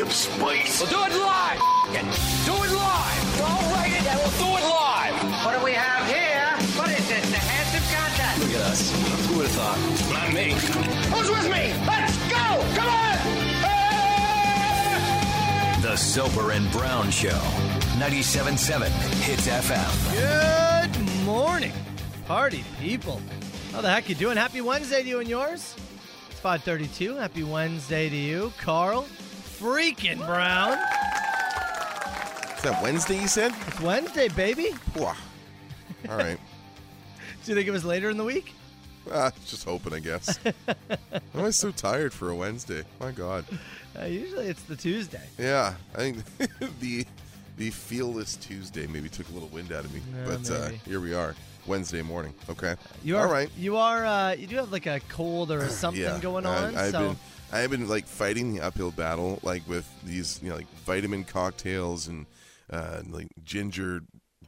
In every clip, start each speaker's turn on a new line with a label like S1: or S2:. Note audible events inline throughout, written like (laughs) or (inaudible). S1: of spice.
S2: We'll do it live. F- it. Do it live. I'll write it and we'll do it live.
S3: What do we have here? What is this? The handsome contest.
S4: Look at us. Who would have thought?
S1: Not me.
S3: Who's with me? Let's go! Come on!
S4: The Soper and Brown Show. 97.7 Hits FM.
S5: Good morning, party people. How the heck you doing? Happy Wednesday to you and yours. It's 532. Happy Wednesday to you, Carl. Freaking Brown.
S6: Is that Wednesday you said?
S5: It's Wednesday, baby.
S6: Wah. All right. (laughs)
S5: Do they give us later in the week?
S6: Ah, just hoping, I
S5: (laughs)
S6: guess. Why am I so tired for a Wednesday? My God.
S5: Uh, usually it's the Tuesday.
S6: Yeah, I think (laughs) the the feelless Tuesday maybe took a little wind out of me,
S5: Yeah,
S6: but uh,
S5: maybe.
S6: here we are, Wednesday morning. Okay.
S5: You are
S6: All right.
S5: You are. Uh, you do have like a
S6: (clears throat)
S5: cold or something
S6: yeah.
S5: going
S6: I-
S5: on.
S6: I've
S5: so
S6: been I have been like fighting the uphill battle, like with these you know like vitamin cocktails and uh, like ginger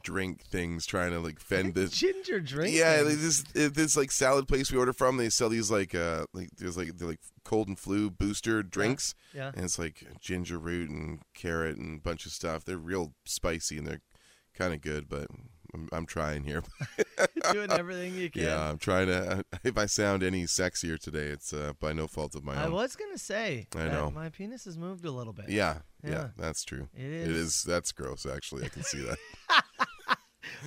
S6: drink things, trying to like fend this
S5: ginger drink.
S6: Yeah,
S5: things.
S6: like this uh, this like salad place we order from, they sell these like uh like there's like they're like cold and flu booster drinks.
S5: yeah.
S6: And it's like ginger root and carrot and a bunch of stuff. They're real spicy and they're kind of good, but I'm, I'm trying here. (laughs)
S5: doing everything you can.
S6: yeah, I'm trying to. (laughs) If I sound any sexier today, it's uh, by no fault of my
S5: I
S6: own.
S5: was gonna say.
S6: I
S5: that
S6: know.
S5: my penis has moved a little bit.
S6: Yeah, yeah,
S5: Yeah.
S6: that's true.
S5: It
S6: It
S5: is.
S6: is. That's gross. Actually, I can see
S5: (laughs)
S6: that.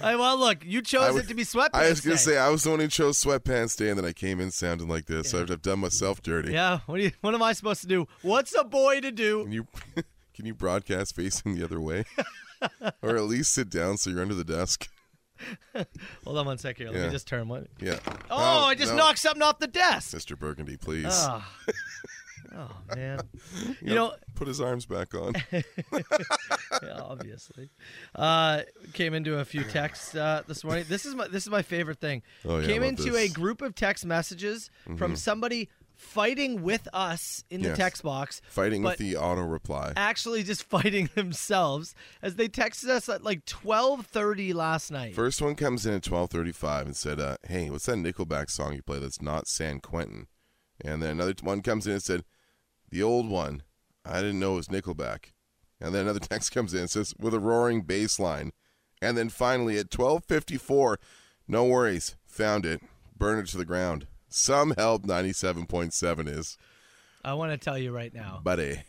S5: Hey, well, look, you
S6: I
S5: chose
S6: was-
S5: it to be sweatpants.
S6: I was gonna
S5: day.
S6: say I was the one who chose sweatpants day, and then I came in sounding like this. So I've, I've done myself dirty.
S5: Yeah. What do you? What am I supposed to do? What's a boy to do?
S6: Can you (laughs) can you broadcast facing the other
S5: (laughs)
S6: way, or at least sit down so you're under the desk? (laughs)
S5: Hold on one sec here. Let
S6: Yeah.
S5: me just turn one.
S6: Yeah.
S5: Oh, I just
S6: no.
S5: knocked something off the desk.
S6: Mr. Burgundy, please. (laughs)
S5: Ah. Oh man.
S6: you,
S5: know-
S6: put his arms back
S5: (laughs)
S6: on.
S5: Yeah, obviously. Uh, came into a few texts uh, this morning. This is my this is my favorite thing.
S6: Oh, yeah, I
S5: came
S6: love
S5: into
S6: this. Mm-hmm.
S5: a group of text messages from somebody fighting with us in the
S6: Yes.
S5: text box,
S6: Fighting with
S5: but
S6: the auto reply.
S5: actually just (laughs) fighting themselves as they texted us at like 12:30 last night.
S6: First one comes in at 12:35 and said, uh, "Hey, what's that Nickelback song you play that's not San Quentin?" And then another t- one comes in and said, "The old one. I didn't know it was Nickelback." And then another (laughs) text comes in and says, "With a roaring bass line." And then finally at 12:54, "No worries, found it. Burn it to the ground." Some help 97.7 is,
S5: I want to tell you right now.
S6: buddy.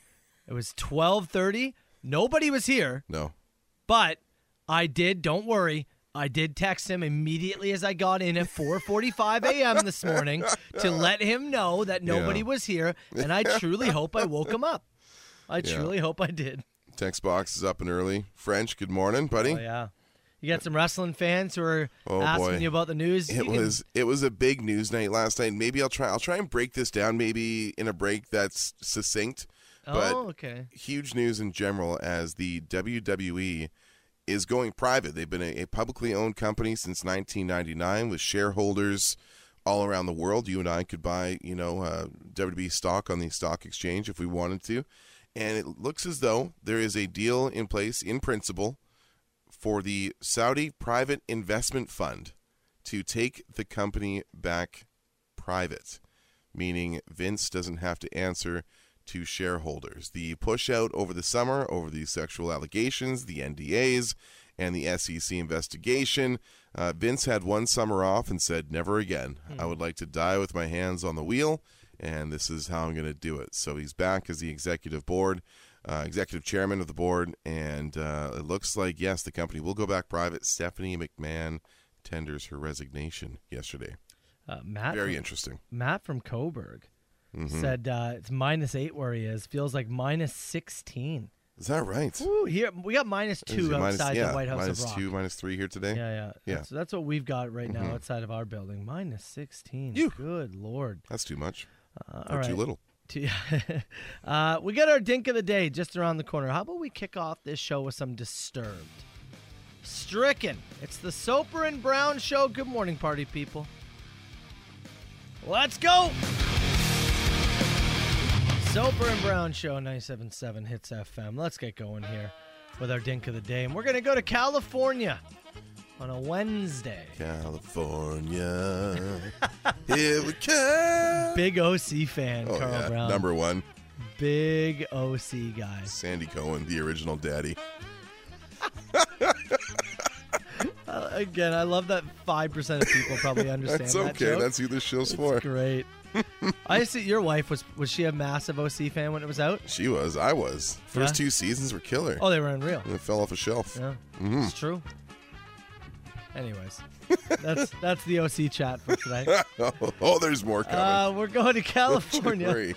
S5: It was 12:30. Nobody was here,
S6: No,
S5: but I did, don't worry. I did text him immediately as I got in at 4:45 a.m. this morning to let him know that nobody
S6: Yeah.
S5: was here, and I truly hope I woke him up. I
S6: Yeah.
S5: truly hope I did.
S6: text box is up and early. French, good morning, buddy.
S5: Oh yeah. You got some wrestling fans who are
S6: Oh,
S5: asking
S6: boy.
S5: you about the news. You
S6: It
S5: can-
S6: was it was a big news night last night. Maybe I'll try I'll try and break this down maybe in a break that's succinct. But
S5: Oh, okay.
S6: huge news in general as the WWE is going private. They've been a, a publicly owned company since 1999 with shareholders all around the world. You and I could buy, you know, uh, WWE stock on the stock exchange if we wanted to. And it looks as though there is a deal in place in principle for the Saudi Private Investment Fund to take the company back private, meaning Vince doesn't have to answer to shareholders. The push out over the summer over the sexual allegations, the NDAs, and the SEC investigation. Uh, Vince had one summer off and said, Never again. I would like to die with my hands on the wheel, and this is how I'm going to do it. So he's back as the executive board. Uh, executive chairman of the board, and uh, it looks like yes, the company will go back private. Stephanie McMahon tenders her resignation yesterday.
S5: Uh, Matt
S6: Very Mm-hmm.
S5: from-
S6: interesting.
S5: Matt from Coburg said uh, it's minus eight where he is. Feels like minus sixteen.
S6: Is that right?
S5: Ooh, here we got minus
S6: Is
S5: two
S6: it minus-
S5: outside
S6: yeah,
S5: the White House
S6: minus
S5: of Rock.
S6: two, minus three here today.
S5: Yeah,
S6: (laughs)
S5: yeah,
S6: Yeah. Mm-hmm.
S5: That's, that's what we've got right now outside of our building. Minus sixteen.
S6: Phew.
S5: Good lord.
S6: That's too much or
S5: Uh, all
S6: too
S5: (laughs) right.
S6: little.
S5: Too- uh, we got our dink of the day just around the corner. How about we kick off this show with some disturbed? Stricken. It's the Soper and Brown show. Good morning, party people. Let's go. Soper and Brown Show 977 Hits FM. Let's get going here with our dink of the day. And we're going to go to California on a Wednesday.
S6: California, here we come.
S5: Big OC fan,
S6: oh
S5: Carl
S6: yeah,
S5: Brown.
S6: number one.
S5: big OC guy.
S6: Sandy Cohen, the original daddy.
S5: Uh, again, I love that five percent of people probably
S6: (laughs)
S5: understand
S6: That's
S5: that
S6: okay.
S5: joke.
S6: That's who this show's for. (laughs)
S5: It's great. I see your wife was was she a massive OC fan when it was out?
S6: She was. I was. First
S5: Yeah.
S6: two seasons were killer.
S5: Oh, they were unreal.
S6: And it fell off a shelf.
S5: Yeah,
S6: Mm-hmm.
S5: it's true. Anyways,
S6: (laughs)
S5: that's that's the OC chat for today.
S6: (laughs) oh, there's more coming.
S5: Uh, we're going
S6: (laughs)
S5: to
S6: Don't you
S5: California,
S6: worry.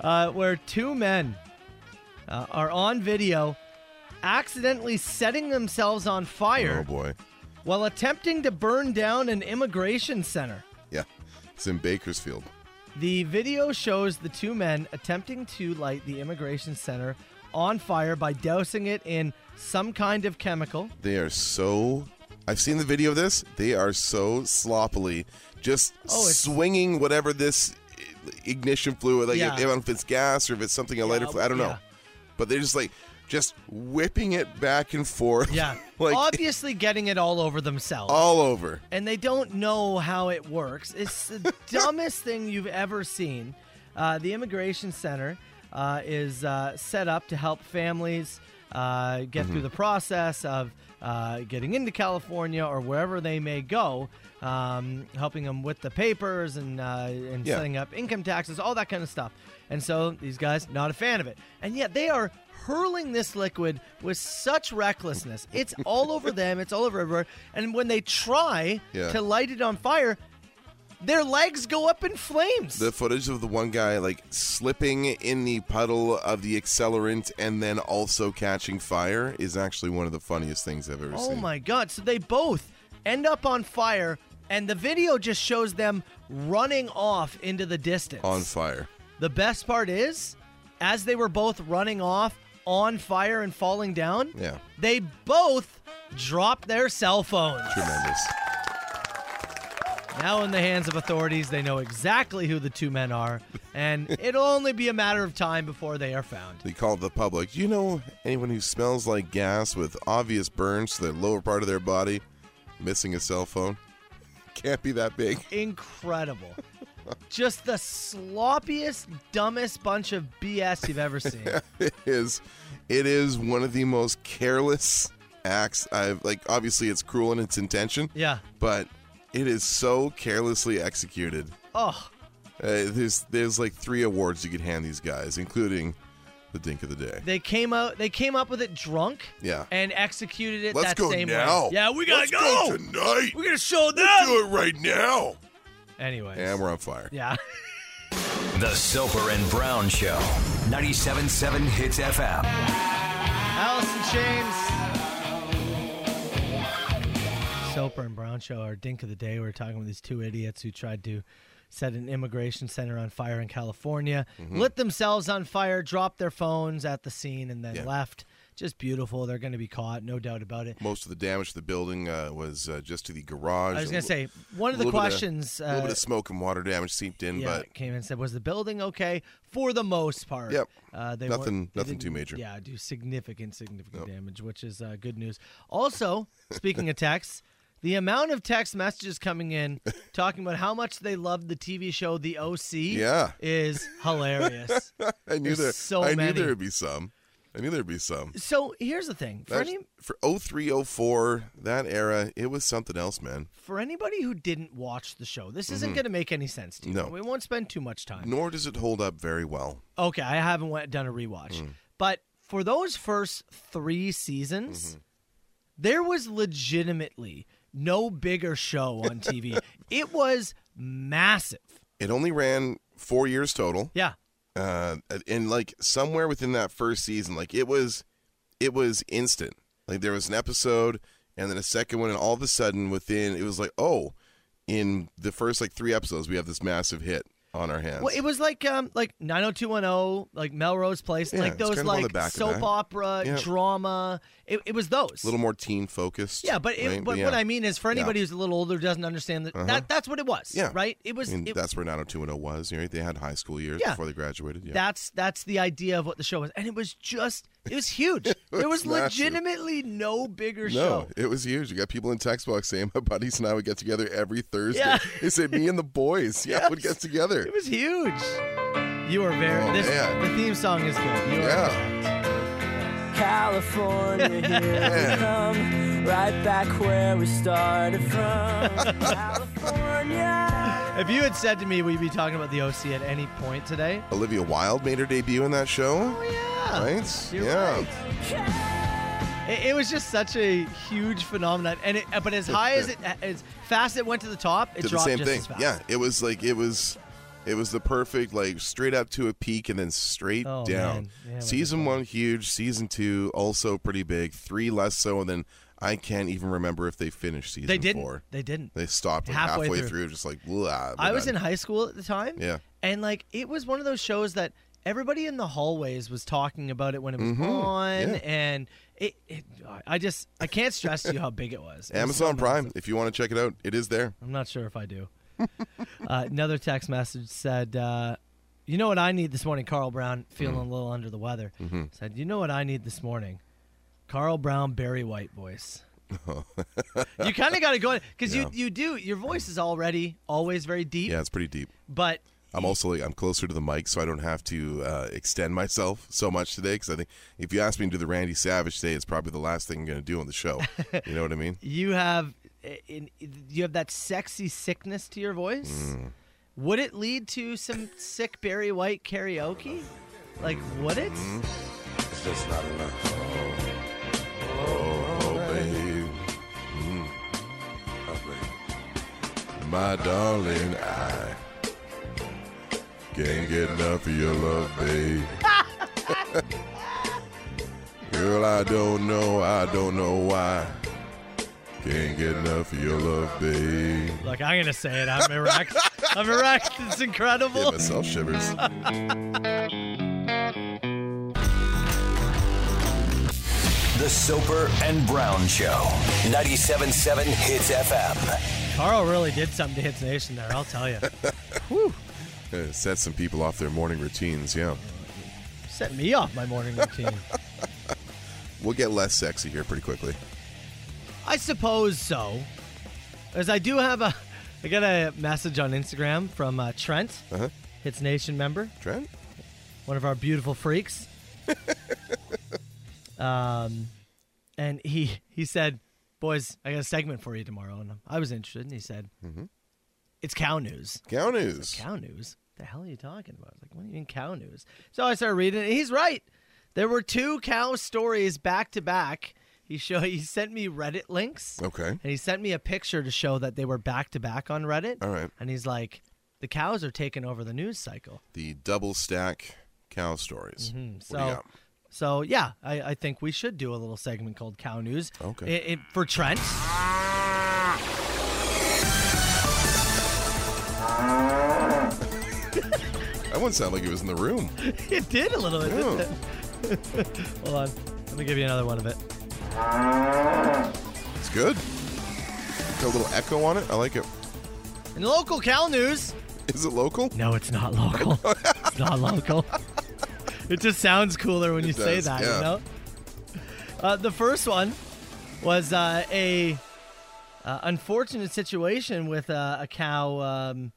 S5: uh, where two men uh, are on video accidentally setting themselves on
S6: Oh
S5: fire
S6: boy.
S5: while attempting to burn down an immigration center.
S6: Yeah. It's in Bakersfield.
S5: The video shows the two men attempting to light the immigration center on fire by dousing it in some kind of chemical.
S6: They are so. I've seen the video of this. They are so sloppily just
S5: Oh, it's-
S6: swinging whatever this ignition fluid, like
S5: Yeah.
S6: if, if it's gas or if it's something a lighter
S5: Yeah,
S6: fluid, I don't know.
S5: yeah.
S6: But they're just like just whipping it back and forth.
S5: Yeah.
S6: (laughs) like
S5: Obviously getting it all over themselves.
S6: all over.
S5: and they don't know how it works. It's the dumbest thing you've ever seen. Uh, the immigration center uh, is uh, set up to help families uh, get through the process of uh, getting into California or wherever they may go, um, helping them with the papers and uh, and
S6: Yeah.
S5: setting up income taxes, all that kind of stuff. And so these guys not a fan of it, and yet they are. Hurling this liquid with such recklessness.
S6: (laughs)
S5: It's all over them, it's all over everywhere. And when they try
S6: Yeah.
S5: to light it on fire, their legs go up in flames.
S6: The footage of the one guy like slipping in the puddle of the accelerant and then also catching fire is actually one of the funniest things I've ever
S5: oh
S6: seen.
S5: my god. So they both end up on fire and the video just shows them running off into the distance.
S6: On fire.
S5: the best part is as they were both running off on fire and falling down,
S6: Yeah.
S5: they both dropped their cell phones.
S6: Tremendous.
S5: Now in the hands of authorities, they know exactly who the two men are,
S6: (laughs)
S5: and it'll only be a matter of time before they are found.
S6: They called the public. Do you know anyone who smells like gas with obvious burns to the lower part of their body, missing a cell phone? (laughs) Can't be that big. (laughs)
S5: incredible. Just the sloppiest, dumbest bunch of BS you've
S6: (laughs)
S5: ever seen.
S6: It is. It is one of the most careless acts I've like. Obviously, it's cruel in its intention,
S5: Yeah.
S6: but it is so carelessly executed.
S5: Oh,
S6: Uh, there's there's like three awards you could hand these guys, including the Dink of the Day.
S5: they came out. They came up with it drunk.
S6: Yeah.
S5: And executed it
S6: Let's
S5: that
S6: go
S5: same
S6: now.
S5: way. Yeah, we gotta
S6: Let's
S5: go.
S6: tonight.
S5: We're gonna show them.
S6: Do it right now.
S5: Anyways.
S6: And we're on fire.
S5: yeah. (laughs)
S4: The Soper and Brown Show. 97.7 Hits FM.
S5: Allison James. Soper and Brown Show, our dink of the day. We were talking with these two idiots who tried to set an immigration center on fire in California, lit themselves on fire, dropped their phones at the scene, and then
S6: Yeah.
S5: left. Just beautiful. They're going to be caught, no doubt about it.
S6: Most of the damage to the building uh, was uh, just to the garage.
S5: I was
S6: A
S5: going to
S6: li-
S5: say, one of the
S6: little bit
S5: questions. uh,
S6: a little bit of smoke and water damage seeped in,
S5: yeah,
S6: but
S5: came and said, "Was the building okay?" For the most part,
S6: Yep.
S5: Uh, they
S6: Nothing-
S5: weren't- they
S6: nothing too
S5: didn't,
S6: major.
S5: Yeah, do significant, significant damage, which is uh, good news. Also,
S6: (laughs)
S5: speaking of texts, the amount of text messages coming in talking about how much they loved the TV show The OC,
S6: Yeah. (laughs)
S5: is hilarious.
S6: I knew
S5: There's
S6: there.
S5: so
S6: I
S5: many.
S6: knew there'd be some. I knew there'd be some.
S5: so here's the thing: for
S6: That's-
S5: any
S6: For 03, 04, that era, it was something else, man.
S5: for anybody who didn't watch the show, this isn't going to make any sense to you.
S6: Mm-hmm. No.
S5: we won't spend too much time.
S6: Nor does it hold up very well.
S5: Okay, I haven't went, done a rewatch,
S6: Mm.
S5: but for those first three seasons,
S6: Mm-hmm.
S5: there was legitimately no bigger show
S6: (laughs)
S5: on TV. it was massive.
S6: It only ran four years total.
S5: Yeah,
S6: uh, and like somewhere within that first season, like it was, it was instant. Like there was an episode and then a second one, and all of a sudden, within it was like, oh, in the first like three episodes, we have this massive hit on our hands.
S5: well, it was like um like 90210, oh, like Melrose Place,
S6: Yeah,
S5: like
S6: it's
S5: those
S6: kind of on the
S5: like
S6: back of
S5: soap
S6: that.
S5: opera
S6: Yeah.
S5: drama. It, it was those.
S6: a little more teen focused.
S5: yeah, but, it,
S6: right?
S5: but
S6: yeah.
S5: what I mean is, for
S6: Yeah. Uh-huh.
S5: anybody who's a little older who doesn't understand that, that that's what it was.
S6: Yeah.
S5: right. It was.
S6: I mean,
S5: it-
S6: that's where 90210 was. You know, they had high school years
S5: Yeah.
S6: before they graduated. Yeah,
S5: That's that's the idea of what the show was, and it was just it was
S6: (laughs)
S5: huge. there was
S6: was massive.
S5: legitimately no bigger
S6: no,
S5: show.
S6: it was huge. You got people in text box saying my buddies and I would get together every Thursday.
S5: Yeah. (laughs)
S6: They said me and the boys, yeah, would get together.
S5: It was huge. You are very.
S6: Oh,
S5: this,
S6: man.
S5: The theme song is good. You are
S6: Yeah.
S5: correct.
S1: California, here we
S6: Yeah.
S1: come, right back where we started from. California.
S5: If you had said to me we'd be talking about the OC at any point today,
S6: Olivia Wilde made her debut in that show.
S5: oh yeah,
S6: Right?
S5: You're
S6: yeah.
S5: right. It, it was just such a huge phenomenon, and it, but as high as it, as fast it went to the top, it
S6: Did the
S5: dropped
S6: same
S5: just
S6: thing.
S5: as fast.
S6: Yeah. It was like it was it was the perfect like straight up to a peak and then straight
S5: Oh,
S6: down.
S5: man. Yeah, what a
S6: season one huge, season two also pretty big, three less so, and then I can't even remember if they finished season
S5: they didn't.
S6: four.
S5: They didn't.
S6: They stopped like, halfway,
S5: Halfway
S6: through.
S5: through.
S6: just like blah.
S5: I was in
S6: done.
S5: high school at the time.
S6: Yeah.
S5: And like it was one of those shows that everybody in the hallways was talking about it when it was on
S6: Mm-hmm. Yeah.
S5: and it, it I just I can't stress to you how big it was. It was
S6: Amazon
S5: so massive.
S6: Prime. If you want to check it out, it is there.
S5: I'm not sure if I do. uh, another text message said, uh, "You know what I need this morning, Carl Brown? Feeling
S6: Mm-hmm.
S5: a little under the weather." Said, "You know what I need this morning, Carl Brown, Barry White
S6: (laughs)
S5: voice." you kind of got to go because
S6: Yeah.
S5: you you do your voice is already always very deep,
S6: Yeah, it's pretty deep.
S5: but
S6: I'm also like I'm closer to the mic, so I don't have to uh, extend myself so much today. Because I think if you ask me to do the Randy Savage today, it's probably the last thing I'm going to do on the show. You know what I mean?
S5: you have eh, in, you have that sexy sickness to your voice. Would it lead to some sick Barry White karaoke? Like, would it?
S6: It's just not enough. Oh, babe. Mm. Oh, My darling, I can't get enough of your love, babe. (laughs) Girl, I don't know, I don't know why. Can't get enough of your love, babe.
S5: Look, I'm gonna say it. I'm (laughs) erect. I'm erect. It's
S6: Give
S5: incredible.
S6: myself shivers.
S4: The Soper and Brown Show. 97.7 Hits FM.
S5: Carl really did something to Hits Nation there. I'll tell you.
S6: Uh, (laughs) Set some people off their morning routines, yeah.
S5: Set me off my morning routine.
S6: We'll get less sexy here pretty quickly.
S5: (laughs) I suppose so. As I do have a, I got a message on Instagram from uh, Trent,
S6: Uh-huh.
S5: Hits Nation member,
S6: Trent?
S5: one of our beautiful freaks.
S6: (laughs)
S5: um, and he he said, "Boys, I got a segment for you tomorrow." And I was interested, and he said,
S6: Mm-hmm.
S5: "It's cow news."
S6: Cow news.
S5: Cow news? The hell are you talking about? I was like, what do you mean cow news? So I started reading it. and He's right. There were two cow stories back to back. He show he sent me Reddit links.
S6: Okay.
S5: And he sent me a picture to show that they were back to back on Reddit.
S6: All right.
S5: And he's like, the cows are taking over the news cycle.
S6: The double stack cow stories. What do you
S5: so-
S6: got?
S5: So yeah, I, I think we should do a little segment called Cow News.
S6: Okay.
S5: I- I- for Trent. (laughs)
S6: That one sounded like it was in the room. Oh,
S5: it did a little bit, didn't
S6: Yeah.
S5: it? Hold on. Let me give you another one of it.
S6: It's good. Got a little echo on it. I like it.
S5: In local cow news,
S6: Is it local?
S5: No, it's
S6: (laughs)
S5: not local. it's not local. It just sounds cooler when you say
S6: does,
S5: that,
S6: yeah.
S5: you know? Uh, the first one was uh, a uh, unfortunate situation with uh, a cow um,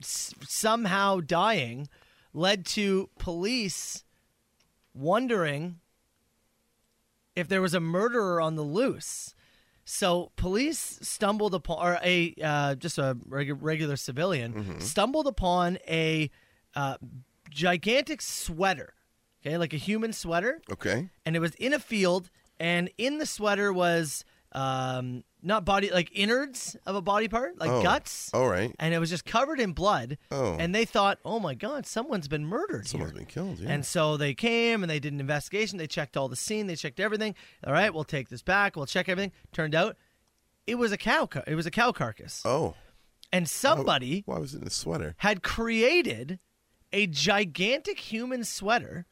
S5: s- somehow dying led to police wondering if there was a murderer on the loose. So police stumbled upon, or a uh, just a reg- regular civilian
S6: Mm-hmm.
S5: stumbled upon a uh, gigantic sweater, okay, like a human sweater,
S6: Okay.
S5: and it was in a field, and in the sweater was um, not body, like innards of a body part, like
S6: Oh.
S5: guts,
S6: All right.
S5: and it was just covered in blood.
S6: Oh.
S5: and they thought, oh my god, someone's been murdered.
S6: Someone's
S5: here.
S6: been killed. Yeah.
S5: And so they came and they did an investigation. They checked all the scene. They checked everything. All right, we'll take this back. We'll check everything. Turned out it was a cow. Car- it was a cow carcass.
S6: oh.
S5: and somebody
S6: Why was it in a sweater?
S5: had created a gigantic human sweater,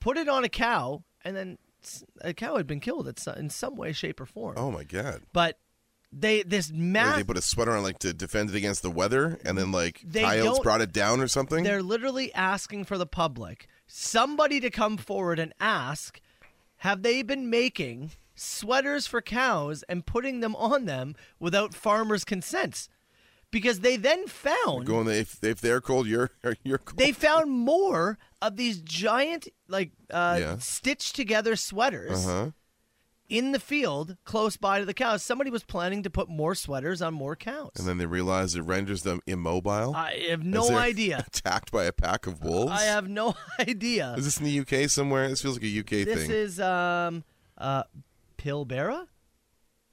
S5: put it on a cow, and then s- a cow had been killed at so- in some way, shape, or form.
S6: Oh my god.
S5: But they this
S6: Wait,
S5: mass
S6: they put a sweater on like to defend it against the weather, and then like
S5: They
S6: coyotes
S5: don't-
S6: brought it down or something.
S5: They're literally asking for the public, somebody to come forward and ask, have they been making sweaters for cows and putting them on them without farmers' consent? because they then found
S6: Going there, if if they're cold, you're (laughs) you're cold.
S5: they found more of these giant like uh,
S6: Yeah.
S5: stitched together sweaters
S6: Uh-huh.
S5: in the field close by to the cows. Somebody was planning to put more sweaters on more cows.
S6: and then they realize it renders them immobile.
S5: I have
S6: as
S5: no
S6: they're (laughs)
S5: idea.
S6: Attacked by a pack of wolves.
S5: I have no (laughs) idea.
S6: Is this in the UK somewhere? This feels like a UK
S5: This
S6: thing.
S5: is um uh Pilbara?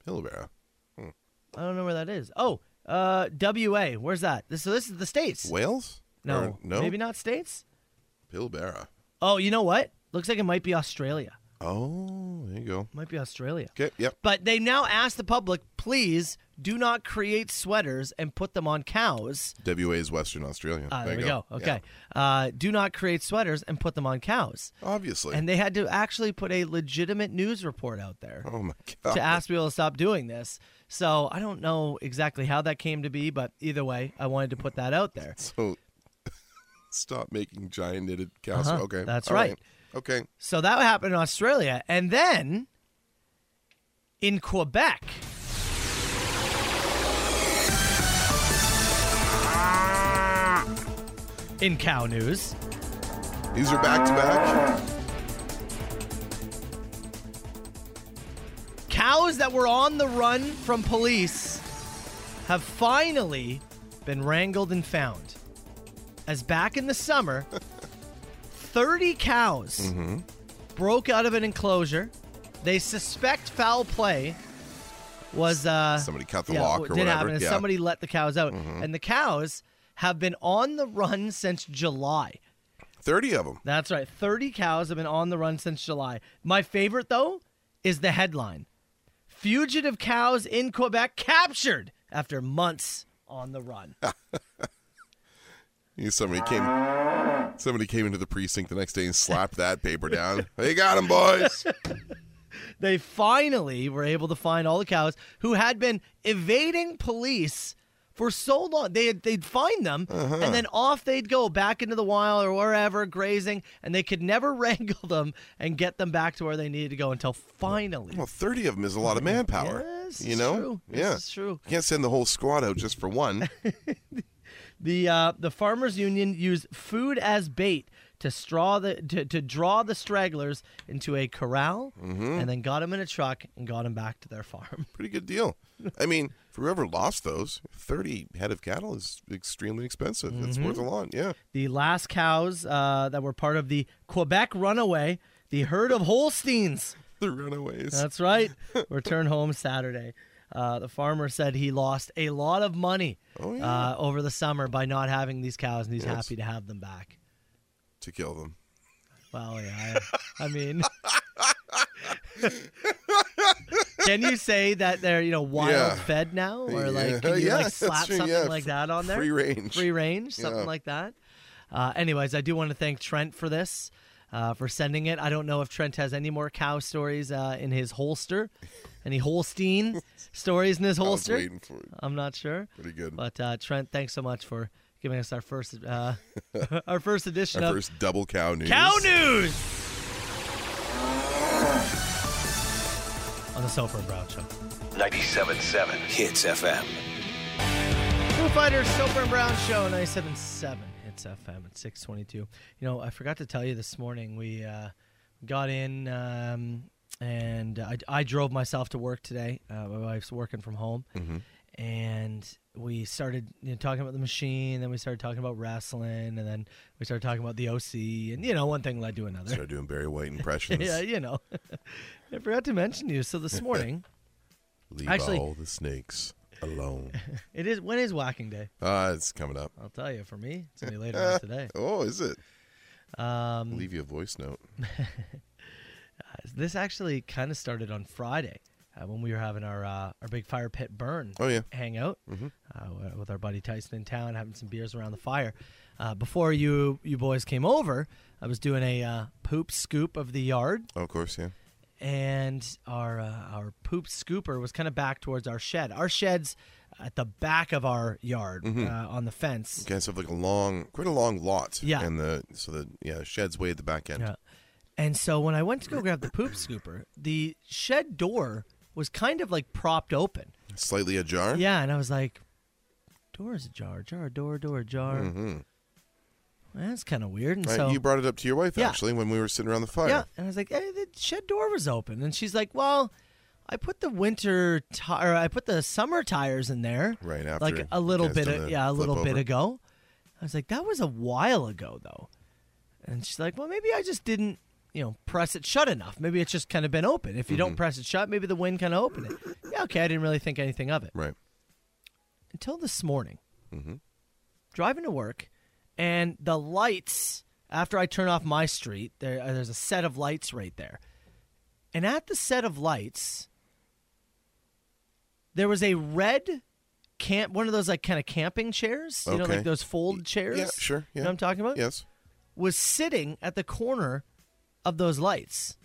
S6: Hillsborough.
S5: I don't know where that is. Oh, uh WA. Where's that? This so this is the states.
S6: Wales?
S5: no.
S6: Or- no.
S5: Maybe not states?
S6: Pilbara.
S5: Oh, you know what? Looks like it might be Australia.
S6: Oh, there you go.
S5: Might be Australia.
S6: Okay. Yep.
S5: But they now ask the public, please do not create sweaters and put them on cows.
S6: WA is Western Australia.
S5: Ah, there,
S6: you
S5: we go. Okay.
S6: Yeah.
S5: Uh, do not create sweaters and put them on cows.
S6: Obviously.
S5: And they had to actually put a legitimate news report out there
S6: oh my god.
S5: to ask people to stop doing this. So I don't know exactly how that came to be, but either way, I wanted to put that out there.
S6: (laughs) So (laughs) stop making giant knitted cows.
S5: Uh-huh,
S6: Okay.
S5: that's
S6: all
S5: right.
S6: Okay.
S5: So that happened in Australia. And then in Quebec. In cow news,
S6: These are back to back.
S5: cows that were on the run from police have finally been wrangled and found. As back in the summer,
S6: (laughs)
S5: 30 cows
S6: Mm-hmm.
S5: broke out of an enclosure. They suspect foul play was uh,
S6: Somebody cut the
S5: yeah,
S6: lock
S5: what
S6: or
S5: did
S6: whatever.
S5: happen is
S6: yeah. Mm-hmm.
S5: somebody let the cows out, and the cows have been on the run since July.
S6: Thirty of them.
S5: That's right. 30 cows have been on the run since July. My favorite, though, is the headline Fugitive cows in Quebec captured after months on the run.
S6: Somebody came. Somebody came into the precinct the next day and slapped that paper
S5: (laughs)
S6: down. They got him, boys.
S5: they finally were able to find all the cows who had been evading police for so long. They had, they'd find them and then off they'd go back into the wild or wherever grazing, and they could never (laughs) wrangle them and get them back to where they needed to go until finally.
S6: Well, thirty of them is a lot of manpower.
S5: Mm-hmm. Yes,
S6: you
S5: it's
S6: know.
S5: true. This
S6: Yeah.
S5: is true.
S6: You can't send the whole squad out just for
S5: (laughs)
S6: one.
S5: The uh, the farmers union used food as bait to straw the to, to draw the stragglers into a corral, and then got them in a truck and got them back to their farm. (laughs)
S6: Pretty good deal. I mean, for whoever lost those, thirty head of cattle is extremely expensive. It's worth a
S5: Mm-hmm.
S6: lot. Yeah.
S5: The last cows uh, that were part of the Quebec runaway, the herd of Holsteins.
S6: The runaways.
S5: That's right. Return home Saturday. Uh, the farmer said he lost a lot of money
S6: Oh, yeah.
S5: uh, over the summer by not having these cows, and he's happy to have them back.
S6: to kill them.
S5: Well, yeah. I, I mean, (laughs) can you say that they're you know wild
S6: Yeah.
S5: fed now, or
S6: Yeah,
S5: like can you
S6: yeah,
S5: like
S6: that's
S5: slap
S6: true,
S5: something
S6: yeah.
S5: like that on there?
S6: Free range.
S5: free range, something
S6: Yeah.
S5: like that. Uh, anyways, I do want to thank Trent for this. Uh, for sending it, I don't know if Trent has any more cow stories uh, in his holster,
S6: (laughs)
S5: any Holstein stories in his
S6: I was
S5: holster.
S6: waiting for it.
S5: I'm not sure.
S6: Pretty good.
S5: But uh, Trent, thanks so much for giving us our first uh, (laughs) our first edition
S6: Our
S5: of
S6: first double cow news.
S5: Cow News! On the Sofa and Brown Show.
S4: 97.7 Hits FM.
S5: Foo Fighters, Soper and Brown Show, 97.7 hits FM at 622. You know, I forgot to tell you this morning, we uh, got in um, and I, I drove myself to work today. Uh, my wife's working from home. And we started you know, talking about the machine, then we started talking about wrestling, and then we started talking about the OC, and you know, one thing led to another.
S6: Started doing Barry
S5: (laughs)
S6: White impressions.
S5: Yeah, you know. (laughs) I forgot to mention you. So this
S6: (laughs)
S5: morning,
S6: Leave
S5: Actually-
S6: all the snakes alone.
S5: it is when is whacking day?
S6: Uh, it's coming up.
S5: I'll tell you. For me, it's gonna be later
S6: (laughs)
S5: on today.
S6: Oh, is
S5: (laughs)
S6: it? Um, leave you a voice note.
S5: This actually kind of started on Friday uh, when we were having our uh, our big fire pit burn.
S6: Oh, yeah.
S5: hangout uh, w- with our buddy Tyson in town, having some beers around the fire. Uh, before you you boys came over, I was doing a uh, poop scoop of the yard.
S6: Oh, of course, yeah.
S5: and our uh, our poop scooper was kind of back towards our shed. Our shed's at the back of our yard
S6: Mm-hmm.
S5: uh, on the fence.
S6: You guys have like a long, quite a long lot.
S5: Yeah.
S6: And the so the yeah sheds way at the back end.
S5: Yeah. And so when I went to go grab the poop scooper, the shed door was kind of like propped open.
S6: Slightly ajar.
S5: Yeah, and I was like, door is ajar, jar, door, door, jar. That's kind of weird. And
S6: Mm-hmm. Right?
S5: so
S6: you brought it up to your wife
S5: Yeah.
S6: actually when we were sitting around the fire.
S5: Yeah, and I was like, hey, the shed door was open, and she's like, well, I put the winter tire, I put the summer tires in there,
S6: Right after
S5: like a
S6: you
S5: little
S6: guys
S5: bit,
S6: done
S5: of,
S6: the
S5: yeah, a
S6: flip
S5: little bit
S6: over.
S5: ago. I was like, that was a while ago though, and she's like, well, maybe I just didn't, you know, press it shut enough. Maybe it's just kind of been open. If you
S6: Mm-hmm.
S5: don't press it shut, maybe the wind kind of opened it. yeah, okay, I didn't really think anything of it
S6: Right.
S5: until this morning,
S6: Mm-hmm.
S5: driving to work, and the lights. After I turn off my street, there, uh, there's a set of lights right there, and at the set of lights, there was a red camp, one of those like kind of camping chairs, you know,
S6: Okay.
S5: like those fold chairs.
S6: Yeah, sure. Yeah.
S5: You know what I'm talking about?
S6: Yes.
S5: Was sitting at the corner of those lights,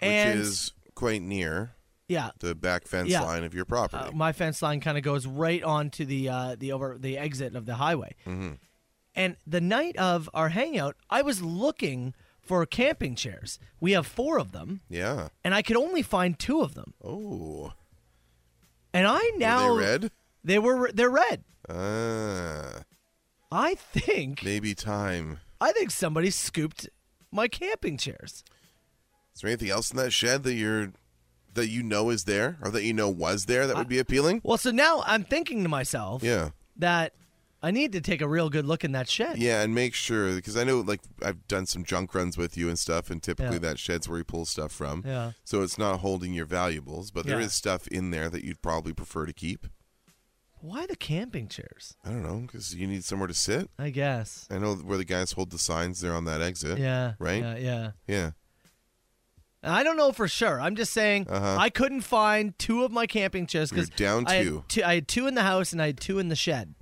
S6: Which
S5: and
S6: is quite near
S5: yeah,
S6: the back fence
S5: Yeah.
S6: line of your property.
S5: uh, my fence line kind of goes right onto the uh, the over the exit of the highway.
S6: Mm-hmm.
S5: And the night of our hangout, I was looking for camping chairs. We have four of them,
S6: yeah.
S5: and I could only find two of them.
S6: Oh.
S5: And I now
S6: Were they red?
S5: They were they're red.
S6: Uh,
S5: I think
S6: maybe time.
S5: I think somebody scooped my camping chairs.
S6: Is there anything else in that shed that you're that you know is there or that you know was there that
S5: Uh,
S6: would be appealing?
S5: Well, so now I'm thinking to myself
S6: Yeah.
S5: that I need to take a real good look in that shed.
S6: Yeah, and make sure because I know like I've done some junk runs with you and stuff, and typically
S5: Yeah.
S6: that shed's where you pull stuff from.
S5: Yeah.
S6: So it's not holding your valuables, but there
S5: Yeah.
S6: is stuff in there that you'd probably prefer to keep.
S5: Why the camping chairs?
S6: I don't know because you need somewhere to sit.
S5: I guess.
S6: I know where the guys hold the signs there on that exit.
S5: Yeah.
S6: Right.
S5: Yeah. yeah.
S6: Yeah.
S5: And I don't know for sure. I'm just saying
S6: Uh-huh.
S5: I couldn't find two of my camping chairs because
S6: You're down
S5: I had
S6: two.
S5: I had two in the house and I had two in the shed,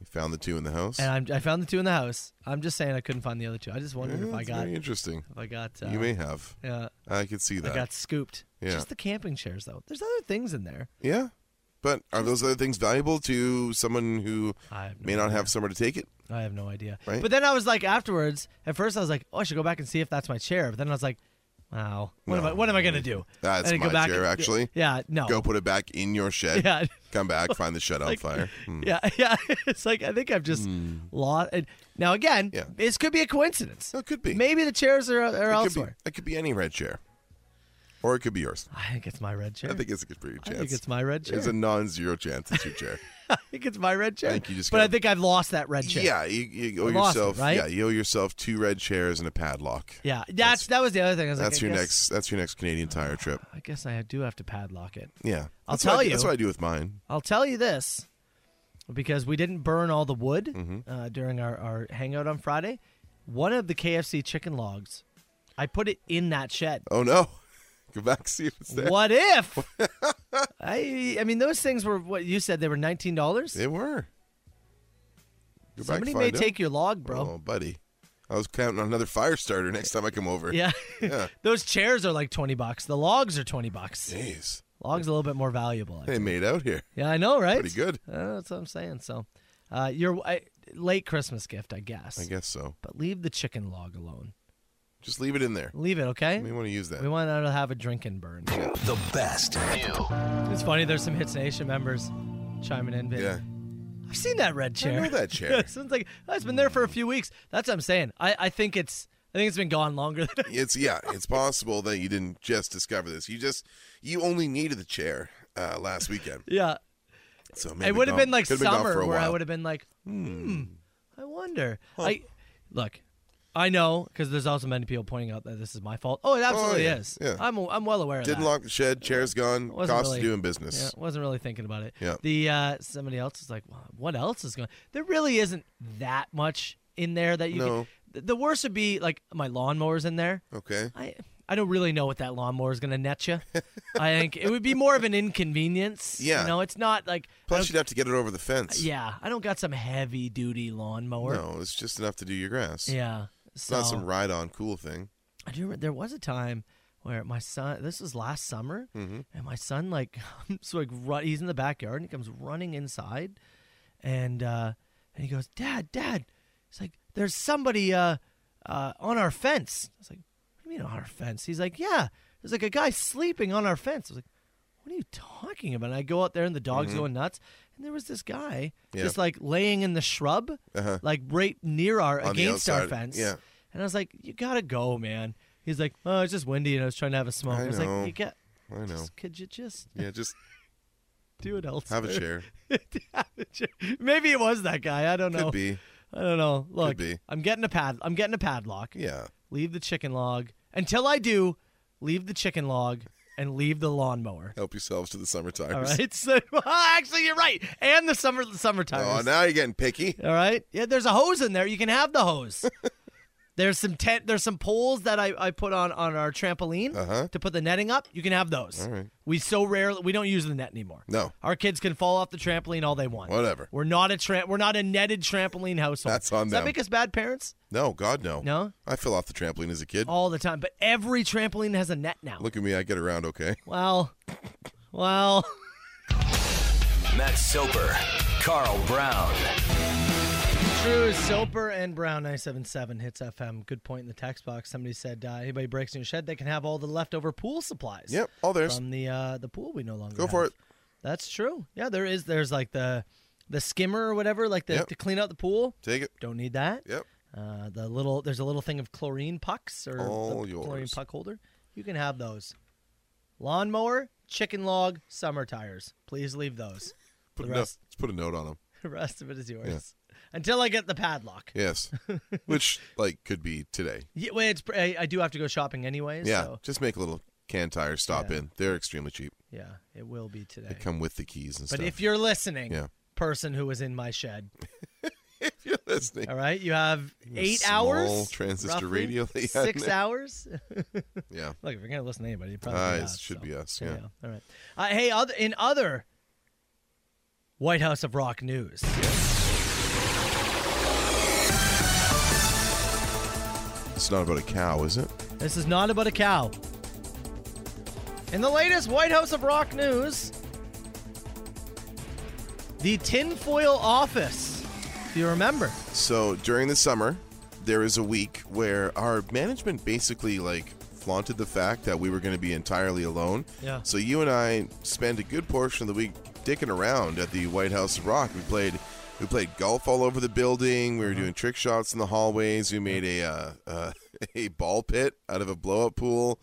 S6: You found the two in the house.
S5: and I'm, I found the two in the house. I'm just saying I couldn't find the other two. I just wondered
S6: Yeah,
S5: if I
S6: that's
S5: got
S6: very interesting.
S5: if I got uh,
S6: you may have.
S5: yeah
S6: I could see that.
S5: I got scooped.
S6: Yeah.
S5: Just the camping chairs though. There's other things in there.
S6: Yeah. But are those other things valuable to someone who
S5: I have no
S6: may not
S5: idea.
S6: have somewhere to take it?
S5: I have no idea.
S6: Right?
S5: But then I was like afterwards. At first I was like, oh, I should go back and see if that's my chair. But then I was like, wow, what am I what am I gonna do?
S6: Mm. That's
S5: I didn't
S6: my chair,
S5: and-
S6: actually.
S5: Yeah. No.
S6: Go put it back in your shed.
S5: Oh. (laughs) Yeah.
S6: Come back, find the shed on
S5: Like-
S6: fire. Hmm.
S5: Yeah, (laughs) yeah. It's like I think I've just lost. And now again,
S6: Yeah.
S5: this could be a coincidence.
S6: No, it could be.
S5: Maybe the chairs are, are
S6: it could be,
S5: elsewhere.
S6: it could be any red chair. Or it could be yours.
S5: I think it's my red chair.
S6: I think it's a good pretty
S5: I
S6: chance.
S5: think it's my red chair.
S6: There's a non zero chance it's your chair.
S5: I think it's my red chair.
S6: think you just
S5: but I
S6: gotta-
S5: think I've lost that red (laughs) chair.
S6: Yeah, you, you owe
S5: I lost it,
S6: yourself
S5: right?
S6: yeah, you owe yourself two red chairs and a padlock.
S5: yeah. That's, that was the other thing. I was
S6: That's
S5: like,
S6: your
S5: I guess,
S6: next that's your next Canadian tire trip.
S5: I guess I do have to padlock it.
S6: Yeah.
S5: I'll
S6: That's what I
S5: tell
S6: do- That's
S5: you.
S6: what I do with mine.
S5: I'll tell you this, because we didn't burn all the wood
S6: Mm-hmm.
S5: uh, during our, our hangout on Friday. One of the KFC chicken logs, I put it in that shed.
S6: Oh no. (laughs) Go back see if it's there.
S5: What
S6: (laughs)
S5: if? I I mean, those things were what you said they were nineteen dollars.
S6: They were. Go back,
S5: Somebody
S6: find
S5: may
S6: out.
S5: take your log,
S6: Oh,
S5: bro.
S6: buddy. I was counting on another fire starter next time I come over.
S5: (laughs) Yeah.
S6: Yeah.
S5: (laughs) those chairs are like twenty bucks. The logs are twenty bucks.
S6: Jeez.
S5: Logs a little bit more valuable. I
S6: They
S5: think.
S6: made out here.
S5: Yeah, I know, right?
S6: Pretty good.
S5: Uh, that's what I'm saying. So, uh, your I, late Christmas gift, I guess.
S6: I guess so.
S5: But leave the chicken log alone.
S6: Just leave it in there.
S5: Leave it, okay?
S6: We want to use that.
S5: We want to have a drink and burn.
S4: The best.
S5: It's funny. There's some Hits Nation members chiming in. but-
S6: yeah.
S5: I've seen that red chair.
S6: I know that
S5: (laughs)
S6: chair.
S5: Sounds like oh, it's been there for a few weeks. That's what I'm saying. I, I think it's I think it's been gone longer than (laughs)
S6: It's yeah, it's possible that you didn't just discover this. You just you only needed the chair uh, last weekend.
S5: yeah.
S6: So
S5: it would have been like
S6: could
S5: summer
S6: for a
S5: where I
S6: while.
S5: would have been like, hmm, I wonder. I look, I know because there's also many people pointing out that this is my fault. Oh, it absolutely
S6: yeah,
S5: is.
S6: yeah.
S5: I'm I'm well aware of
S6: Didn't
S5: that.
S6: lock the shed. Chair's gone. Cost
S5: Wasn't
S6: of
S5: really-
S6: doing business.
S5: Yeah, wasn't really thinking about it.
S6: Yeah.
S5: The uh, somebody else is like, "Wow, what else is going? There really isn't that much in there that you.
S6: No.
S5: Can, Th- the worst would be like my lawnmower's in there.
S6: Okay.
S5: I I don't really know what that lawnmower is going to net you. I think it would be more of an inconvenience.
S6: Yeah.
S5: You know, it's not like. I
S6: Plus,
S5: don't-
S6: you'd have to get it over the fence.
S5: yeah, I don't got some heavy duty lawnmower.
S6: No, it's just enough to do your grass.
S5: Yeah.
S6: It's
S5: So
S6: not some ride-on cool thing.
S5: I do remember there was a time where my son, this was last summer,
S6: Mm-hmm.
S5: and my son, like, (laughs) comes, like, run, he's in the backyard and he comes running inside and, uh, and he goes, Dad, Dad. He's like, There's somebody, uh, uh, on our fence. I was like, What do you mean on our fence? He's like, Yeah, there's like a guy sleeping on our fence. I was like, What are you talking about? And I go out there and the dog's going nuts. And there was this guy
S6: Mm-hmm. Yeah.
S5: just like laying in the shrub,
S6: Uh-huh.
S5: like right near our
S6: On the
S5: against our
S6: outside,
S5: fence.
S6: yeah.
S5: And I was like, "You gotta go, man." He's like, "Oh, it's just windy, and I was trying to have a smoke."
S6: I
S5: I, was
S6: know.
S5: like, "You get,
S6: I know.
S5: just- could you just
S6: Yeah, just
S5: do it elsewhere?"
S6: have
S5: (laughs)
S6: a share.
S5: Have a chair. Maybe it was that guy. I don't know.
S6: Could be.
S5: I don't know. Look,
S6: be.
S5: I'm getting a pad. I'm getting a padlock.
S6: Yeah.
S5: Leave the chicken log. Until I do, leave the chicken log and leave
S6: (laughs)
S5: the lawnmower.
S6: Help yourselves to the summer tires.
S5: All right. (laughs) So, actually, you're right. And the summer
S6: (laughs)
S5: summer
S6: Oh,
S5: tires.
S6: now you're getting picky.
S5: All right. Yeah, there's a hose in there. You can have
S6: (laughs)
S5: the hose. there's some tent. There's some poles that I, I put on on our trampoline
S6: Uh-huh.
S5: to put the netting up. You can have those.
S6: All right.
S5: We so rarely we don't use the net anymore.
S6: No.
S5: Our kids can fall off the trampoline all they want.
S6: Whatever.
S5: We're not a tra- we're not a netted trampoline household.
S6: That's on
S5: Does
S6: them.
S5: that make us bad parents?
S6: No, God, no.
S5: No?
S6: I fell off the trampoline as a kid.
S5: All the time. But every trampoline has a net now.
S6: Look at me. I get around
S5: (laughs)
S6: okay.
S5: Well, well. (laughs)
S4: Matt Soper, Carl Brown.
S5: True is Soper and Brown 977 hits FM. Good point in the text box. Somebody said uh, anybody breaks in your shed, they can have all the leftover pool supplies.
S6: Yep. All theirs.
S5: From the uh, the pool we no longer
S6: Go for
S5: have.
S6: it.
S5: That's true. Yeah, there is there's like the the skimmer or whatever, like the
S6: Yep.
S5: to clean out the pool.
S6: Take it.
S5: Don't need that.
S6: Yep.
S5: Uh, the little there's a little thing of chlorine pucks or
S6: All
S5: the chlorine
S6: yours.
S5: puck holder. You can have those. Lawnmower, chicken log, summer tires. Please leave those. (laughs)
S6: Put
S5: The
S6: a note-
S5: rest-
S6: let's put a note on them.
S5: The rest of it is yours. Until I get the padlock. (laughs)
S6: Yes. Which, like, could be today.
S5: Yeah, well, it's I, I do have to go shopping anyways.
S6: Yeah.
S5: so,
S6: Just make a little can tire stop
S5: Yeah.
S6: in. They're extremely cheap.
S5: yeah, it will be today.
S6: They come with the keys and
S5: but
S6: stuff.
S5: if you're listening,
S6: Yeah.
S5: person who was in my shed,
S6: If (laughs) you're listening,
S5: all right, you have
S6: The
S5: eight
S6: small
S5: hours,
S6: transistor
S5: roughly,
S6: radio they had (laughs)
S5: six
S6: there.
S5: hours.
S6: yeah.
S5: Look, if you're gonna listen to anybody, it probably
S6: Uh,
S5: be
S6: it
S5: us,
S6: should
S5: so,
S6: be us.
S5: there
S6: Yeah.
S5: you go. All right. Uh, hey, other in other White House of Rock news,
S6: It's not about a cow, is it?
S5: this is not about a cow. In the latest White House of Rock news, the tinfoil office. Do you remember?
S6: So during the summer, there is a week where our management basically like flaunted the fact that we were going to be entirely alone.
S5: Yeah.
S6: So you and I spent a good portion of the week dicking around at the White House of Rock. We played we played golf all over the building. We
S5: Uh-huh.
S6: were doing trick shots in the hallways. We made a uh, uh, (laughs) a ball pit out of a blow up pool.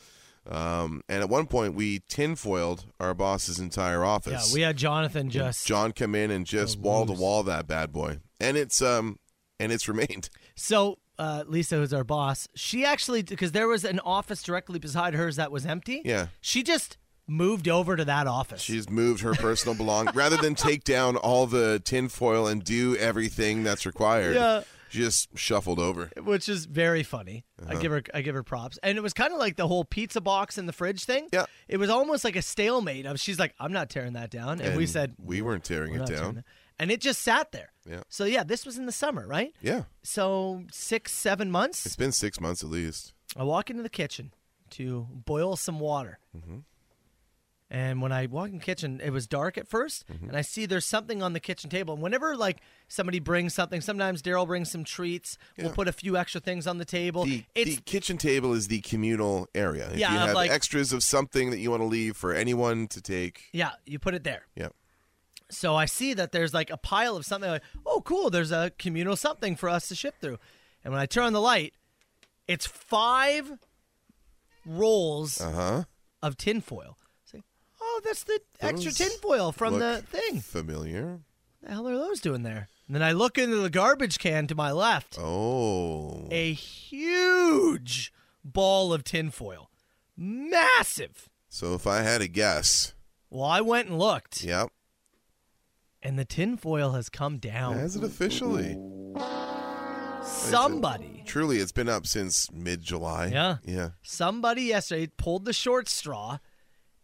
S6: Um, and at one point, we tinfoiled our boss's entire
S5: Yeah,
S6: office.
S5: we had Jonathan just
S6: John come in and
S5: Oh,
S6: just wall to wall that bad boy, and it's um and it's remained. (laughs)
S5: So uh, Lisa, who's our boss, she actually because there was an office directly beside hers that was empty.
S6: Yeah.
S5: she just moved over to that office.
S6: She's moved her personal belong rather than take down all the tinfoil and do everything that's required.
S5: Yeah.
S6: She just shuffled over.
S5: which is very funny.
S6: Uh-huh.
S5: I give her I give her props. And it was kind of like the whole pizza box in the fridge thing.
S6: Yeah.
S5: It was almost like a stalemate of she's like, I'm not tearing that down. And, we said
S6: we weren't tearing
S5: "We're
S6: it
S5: not tearing
S6: down.
S5: that." And it just sat there.
S6: Yeah.
S5: So yeah, this was in the summer, right?
S6: Yeah.
S5: So six, seven months.
S6: It's been six months at least.
S5: I walk into the kitchen to boil some water. And when I walk in the kitchen, it was dark at 1st and I see there's something on the kitchen table. And whenever like somebody brings something, sometimes Daryl brings some treats. We'll put a few extra things on the table.
S6: The,
S5: it's
S6: the kitchen table is the communal area. If
S5: Yeah,
S6: you have
S5: like-
S6: extras of something that you want to leave for anyone to take.
S5: yeah, you put it there.
S6: Yeah.
S5: So I see that there's like a pile of something. Like, oh, cool. There's a communal something for us to ship through. And when I turn on the light, it's five rolls
S6: Uh-huh.
S5: of tinfoil. It's like, oh, that's the extra
S6: Those
S5: tinfoil from
S6: look
S5: the thing.
S6: Familiar?
S5: The hell are those doing there? And then I look into the garbage can to my left.
S6: Oh.
S5: A huge ball of tinfoil. Massive.
S6: So if I had a guess.
S5: Well, I went and looked,
S6: Yep.
S5: and the tinfoil has come down.
S6: Has it officially?
S5: Somebody,
S6: Truly, it's been up since mid July.
S5: Yeah.
S6: Yeah.
S5: somebody yesterday pulled the short straw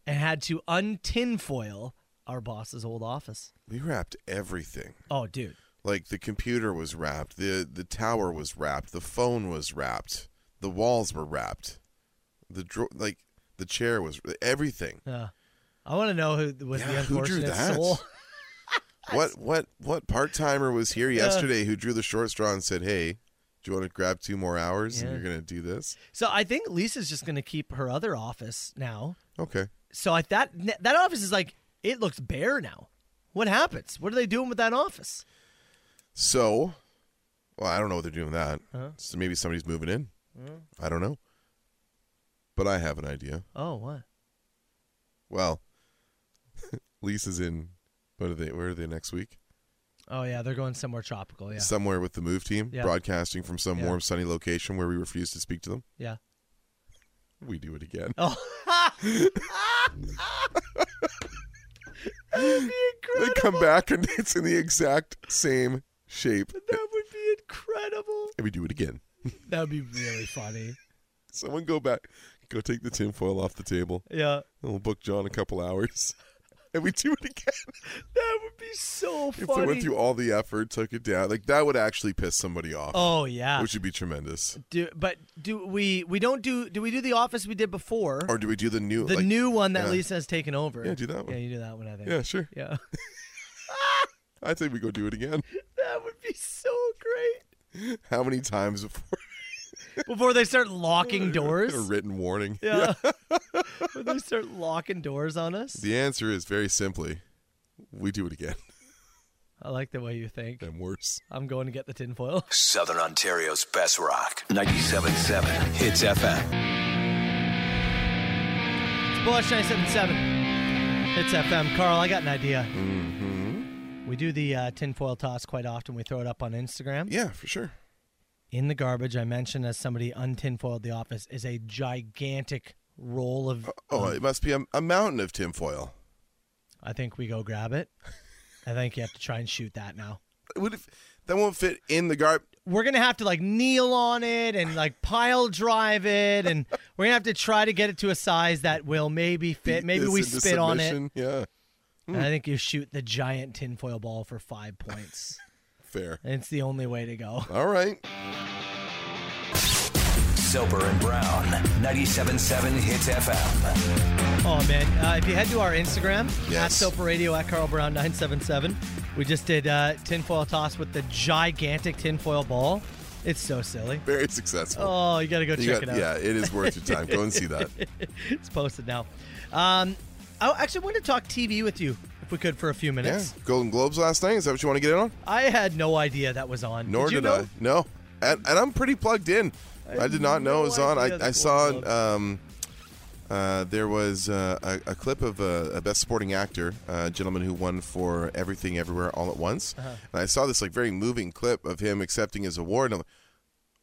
S5: and had to untinfoil our boss's old office.
S6: We wrapped everything.
S5: Oh, dude.
S6: Like the computer was wrapped, the the tower was wrapped, the phone was wrapped, the walls were wrapped, the dro- like the chair was everything.
S5: I want to know who was the
S6: Yeah, who drew
S5: unfortunate
S6: that?
S5: soul.
S6: (laughs)
S5: (laughs)
S6: What what what part timer was here yesterday who drew the short straw and said, "Hey, do you want to grab two more hours and
S5: Yeah.
S6: you're gonna do this?"
S5: So I think Lisa's just going to keep her other office now.
S6: Okay.
S5: So I that that office is like it looks bare now. What happens? What are they doing with that office?
S6: So, well, I don't know what they're doing with that.
S5: Uh-huh.
S6: So maybe somebody's moving in.
S5: Mm-hmm.
S6: I don't know. But I have an idea.
S5: Oh, what?
S6: Well, (laughs) Lisa's in. What are they? Where are they next week?
S5: Oh yeah, they're going somewhere tropical. Yeah,
S6: Somewhere with the move team,
S5: Yeah.
S6: broadcasting from some
S5: Yeah.
S6: warm, sunny location where we refuse to speak to them.
S5: yeah.
S6: We do it
S5: (laughs)
S6: again.
S5: Oh.
S6: They come back and it's in the exact same shape,
S5: That would be incredible.
S6: and we do it again.
S5: That would be really funny.
S6: Someone go back, go take the tinfoil off the table.
S5: (laughs) Yeah.
S6: And we'll book John a couple hours, (laughs) and we do it again.
S5: That would be so
S6: If they went
S5: funny.
S6: through all the effort, took it down, like that would actually piss somebody off,
S5: Oh yeah.
S6: which would be tremendous.
S5: Do, but do we we don't do do we do the office we did before?
S6: Or do we do the new?
S5: the
S6: like-
S5: new one that
S6: yeah.
S5: Lisa has taken over.
S6: Yeah, do that
S5: Yeah,
S6: one.
S5: you do that one, I think.
S6: Yeah, sure.
S5: Yeah. (laughs)
S6: I think we go do it again. (laughs)
S5: that would be so great.
S6: How many times before?
S5: Before they
S6: (laughs)
S5: start locking doors.
S6: A written warning.
S5: Yeah. when they start locking doors on us.
S6: The answer is very simply, we do it again (laughs)
S5: I like the way you think.
S6: and worse.
S5: I'm going to get the tinfoil.
S4: Southern Ontario's best rock. 97.7 Hits FM.
S5: It's Bush 977. It's FM. Carl, I got an idea. Mm-hmm.
S6: Mm-hmm.
S5: We do the uh, tinfoil toss quite often. We throw it up on Instagram.
S6: Yeah, for sure.
S5: In the garbage, I mentioned as somebody untinfoiled the office, is a gigantic roll of.
S6: Oh, it must be a, a mountain of tinfoil.
S5: I think we go grab it. I think you have to try and shoot that now.
S6: What if that won't fit in the garb?
S5: We're gonna have to like kneel on it and
S6: (laughs)
S5: like pile drive it, and we're gonna have to try to get it to a size that will maybe fit. Maybe
S6: This
S5: we
S6: into
S5: spit on it.
S6: submission? Yeah,
S5: And I think you shoot the giant tinfoil ball for five points.
S6: fair.
S5: And it's the only way to go.
S6: All right.
S4: Soper and Brown. 97.7 Hits FM.
S5: Oh man! Uh, if you head to our Instagram at
S6: Yes.
S5: Soper Radio at Carl Brown nine seven seven, we just did uh, tinfoil toss with the gigantic tinfoil ball. It's so silly.
S6: Very successful.
S5: Oh, you gotta go
S6: You
S5: check
S6: got-
S5: it out.
S6: Yeah, it is worth your time. Go
S5: (laughs)
S6: and see that.
S5: it's posted now. Um, I actually wanted to talk TV with you if we could for a few
S6: Yeah,
S5: minutes.
S6: Golden Globes last night. Is that what you want to get in on?
S5: I had no idea that was on.
S6: Nor did,
S5: did, you know?
S6: I. No, and, and I'm pretty plugged in. I, did not know it was
S5: no
S6: on.
S5: idea
S6: I,
S5: the
S6: I saw
S5: Golden Globes.
S6: um, uh, there was uh, a, a clip of uh, a, a best supporting actor, uh, a gentleman who won for Everything Everywhere All at Once,
S5: Uh-huh.
S6: and I saw this like very moving clip of him accepting his award. And I'm like,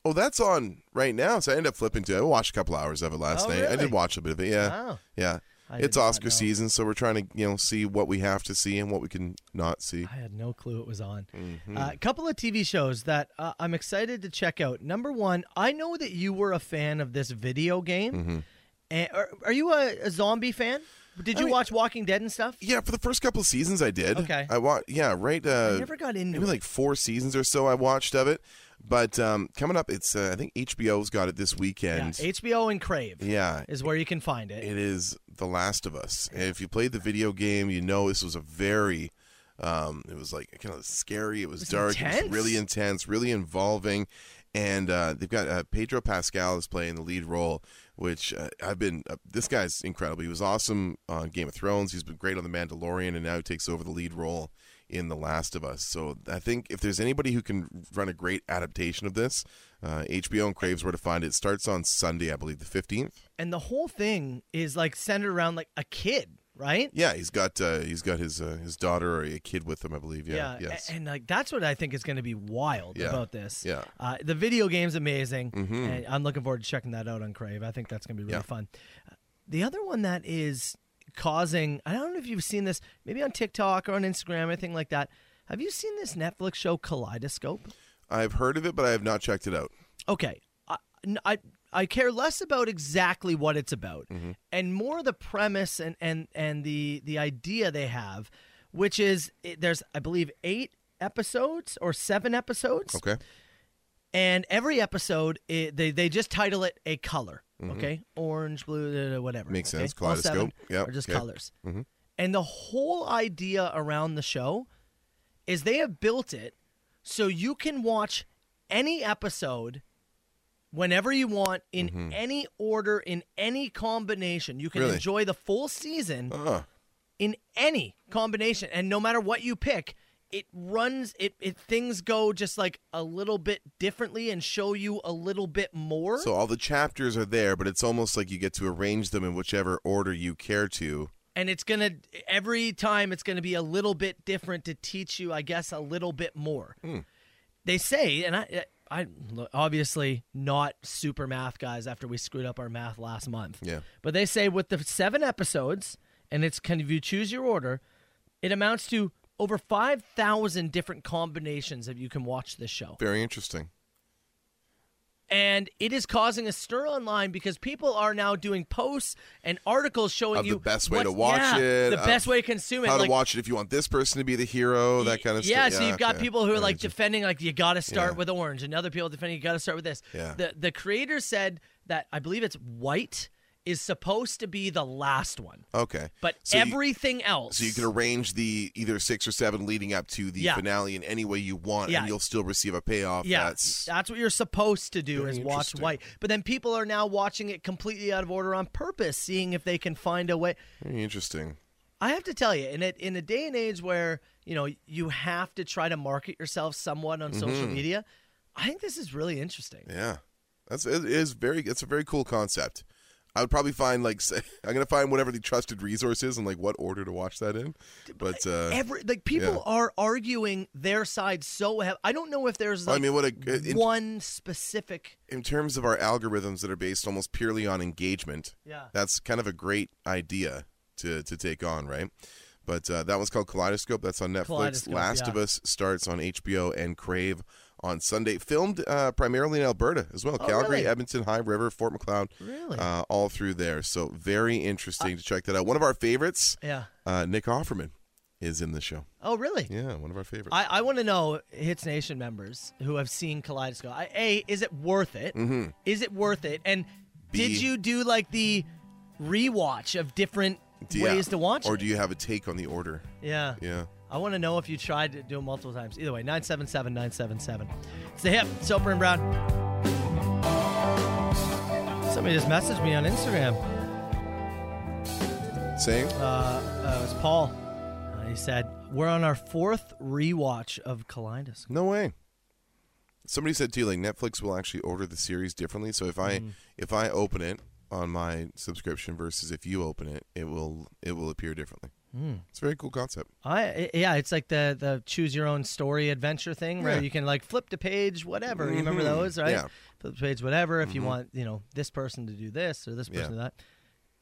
S6: oh, that's on right now. So I ended up flipping to. it. I watched a couple hours of it last
S5: Oh,
S6: night. I
S5: really?
S6: did watch a bit of it. Yeah,
S5: Wow.
S6: yeah.
S5: I did
S6: It's
S5: not know.
S6: Oscar season, so we're trying to you know see what we have to see and what we can not see.
S5: I had no clue it was on. A
S6: Mm-hmm.
S5: couple of TV shows that uh, I'm excited to check out. Number one, I know that you were a fan of this video game.
S6: Mm-hmm.
S5: And are, are you a, a zombie fan? Did you
S6: mean-
S5: watch Walking Dead and stuff?
S6: Yeah, for the first couple of seasons, I did.
S5: Okay.
S6: I watched. Yeah, right. Uh,
S5: I never got into
S6: maybe
S5: it.
S6: like four seasons or so. I watched of it, but um, coming up, it's uh, I think HBO's got it this
S5: Yeah,
S6: weekend.
S5: HBO and Crave
S6: Yeah,
S5: is where you can find it.
S6: it is The Last of Us, and if you played the video game, you know this was a very. Um, it was like kind of scary. It was, dark. It
S5: intense.
S6: was really intense, really involving, and uh, they've got uh, Pedro Pascal is playing the lead role, which uh, I've been. Uh, this guy's incredible. He was awesome on Game of Thrones. He's been great on The Mandalorian, and now he takes over the lead role in The Last of Us. So I think if there's anybody who can run a great adaptation of this, uh, HBO and Craves where to find it. It starts on Sunday, I believe, the fifteenth.
S5: and the whole thing is like centered around like a kid, right?
S6: Yeah, he's got uh, he's got his uh, his daughter or a kid with him, I believe. Yeah,
S5: a-
S6: yes.
S5: and like that's what I think is going to be wild
S6: Yeah.
S5: about this.
S6: Yeah. Mm-hmm.
S5: uh, the video game's amazing, and I'm looking forward to checking that out on Crave. I think that's going to be really
S6: Yeah.
S5: fun. Uh, The other one that is causing I don't know if you've seen this, maybe on TikTok or on Instagram, anything like that. Have you seen this Netflix show Kaleidoscope?
S6: I've heard of it, but I have not checked it out.
S5: okay I, n- I I care less about exactly what it's about and more the premise and and and the the idea they have which is it, there's i believe eight episodes or seven episodes
S6: Okay.
S5: and every episode i they they just title it a color okay orange blue da- da- da, whatever
S6: Mm-hmm. Makes
S5: okay?
S6: sense.
S5: All seven
S6: Kaleidoscope. Yep,
S5: are just
S6: okay. Mm-hmm.
S5: colors and the whole idea around the show is they have built it so you can watch any episode whenever you want in any order in any combination you can
S6: Mm-hmm. Really?
S5: enjoy the full season
S6: Uh,
S5: in any combination, and no matter what you pick, it runs it, it things go just like a little bit differently and show you a little bit more.
S6: So all the chapters are there, but it's almost like you get to arrange them in whichever order you care to.
S5: and it's gonna every time it's gonna be a little bit different to teach you i guess a little bit more
S6: Hmm.
S5: they say and i i look, obviously not super math guys after we screwed up our math last month
S6: Yeah.
S5: but they say with the seven episodes and it's kind of you choose your order it amounts to over 5000 different combinations that you can watch this show
S6: Very interesting.
S5: and it is causing a stir online because people are now doing posts and articles showing
S6: Of the
S5: you
S6: best way
S5: what-
S6: to watch
S5: yeah,
S6: it,
S5: the
S6: of
S5: best way to consume it
S6: How
S5: like,
S6: to watch it if you want this person to be the hero, that kind of
S5: yeah,
S6: stuff.
S5: so you've got
S6: okay.
S5: people who are
S6: Very
S5: like
S6: interesting.
S5: defending, like you got to start
S6: Yeah.
S5: with orange, and other people defending you got to start with this.
S6: Yeah.
S5: The the creator said that I believe it's white is supposed to be the last one,
S6: Okay.
S5: but
S6: So you-
S5: everything else.
S6: So you can arrange the either six or seven leading up to the
S5: Yeah.
S6: finale in any way you want,
S5: Yeah.
S6: and you'll still receive a payoff.
S5: yeah,
S6: That's
S5: what you're supposed to do is watch
S6: interesting.
S5: white. But then people are now watching it completely out of order on purpose, seeing if they can find a way.
S6: very interesting.
S5: I have to tell you, in a, in a day and age where you know you have to try to market yourself somewhat on
S6: Mm-hmm.
S5: social media, I think this is really interesting.
S6: Yeah, that's it is very. It's a very cool concept. I would probably find like s- (laughs) I'm gonna find whatever the trusted resource is and like what order to watch that in. But uh,
S5: every like people
S6: yeah.
S5: are arguing their side so heavy. I don't know if there's
S6: I
S5: like
S6: mean, what a- in-
S5: one specific.
S6: in terms of our algorithms that are based almost purely on engagement,
S5: Yeah.
S6: that's kind of a great idea to to take on, right? But uh, that one's called Kaleidoscope. That's on Netflix.
S5: Kaleidoscope,
S6: Last
S5: yeah.
S6: of Us starts on HBO and Crave on Sunday. Filmed uh, primarily in Alberta as well,
S5: Oh,
S6: Calgary,
S5: really?
S6: Edmonton, High River, Fort McLeod,
S5: Really? Uh,
S6: uh, all through there. So very interesting to check that out. One of our favorites,
S5: Yeah.
S6: uh, Nick Offerman, is in the show.
S5: Oh, really?
S6: Yeah, one of our favorites.
S5: I, I want to know Hits Nation members who have seen Kaleidoscope. I, a, is it worth it? Is it worth it? And did
S6: Mm-hmm. B.
S5: you do like the rewatch of different
S6: Do you-
S5: ways to watch
S6: or
S5: it?
S6: do you have a take on the order?
S5: yeah.
S6: Yeah.
S5: I want to know if you tried to do it multiple times. Either way, 977 977. It's the hip, Soper and Brown. Somebody just messaged me on Instagram.
S6: Same.
S5: Uh, it was Paul. Uh, he said, We're on our fourth rewatch of Kaleidoscope.
S6: No way. Somebody said too, like Netflix will actually order the series differently. So if I if I open it on my subscription versus if you open it, it will it will appear differently. It's a very cool concept.
S5: I, i- yeah, it's like the, the choose your own story adventure thing where
S6: Yeah. Mm-hmm.
S5: you can like flip to page whatever. You remember those, right?
S6: Yeah. Mm-hmm.
S5: Flip to page whatever if you want, you know, this person to do this or this person
S6: Yeah.
S5: to do that.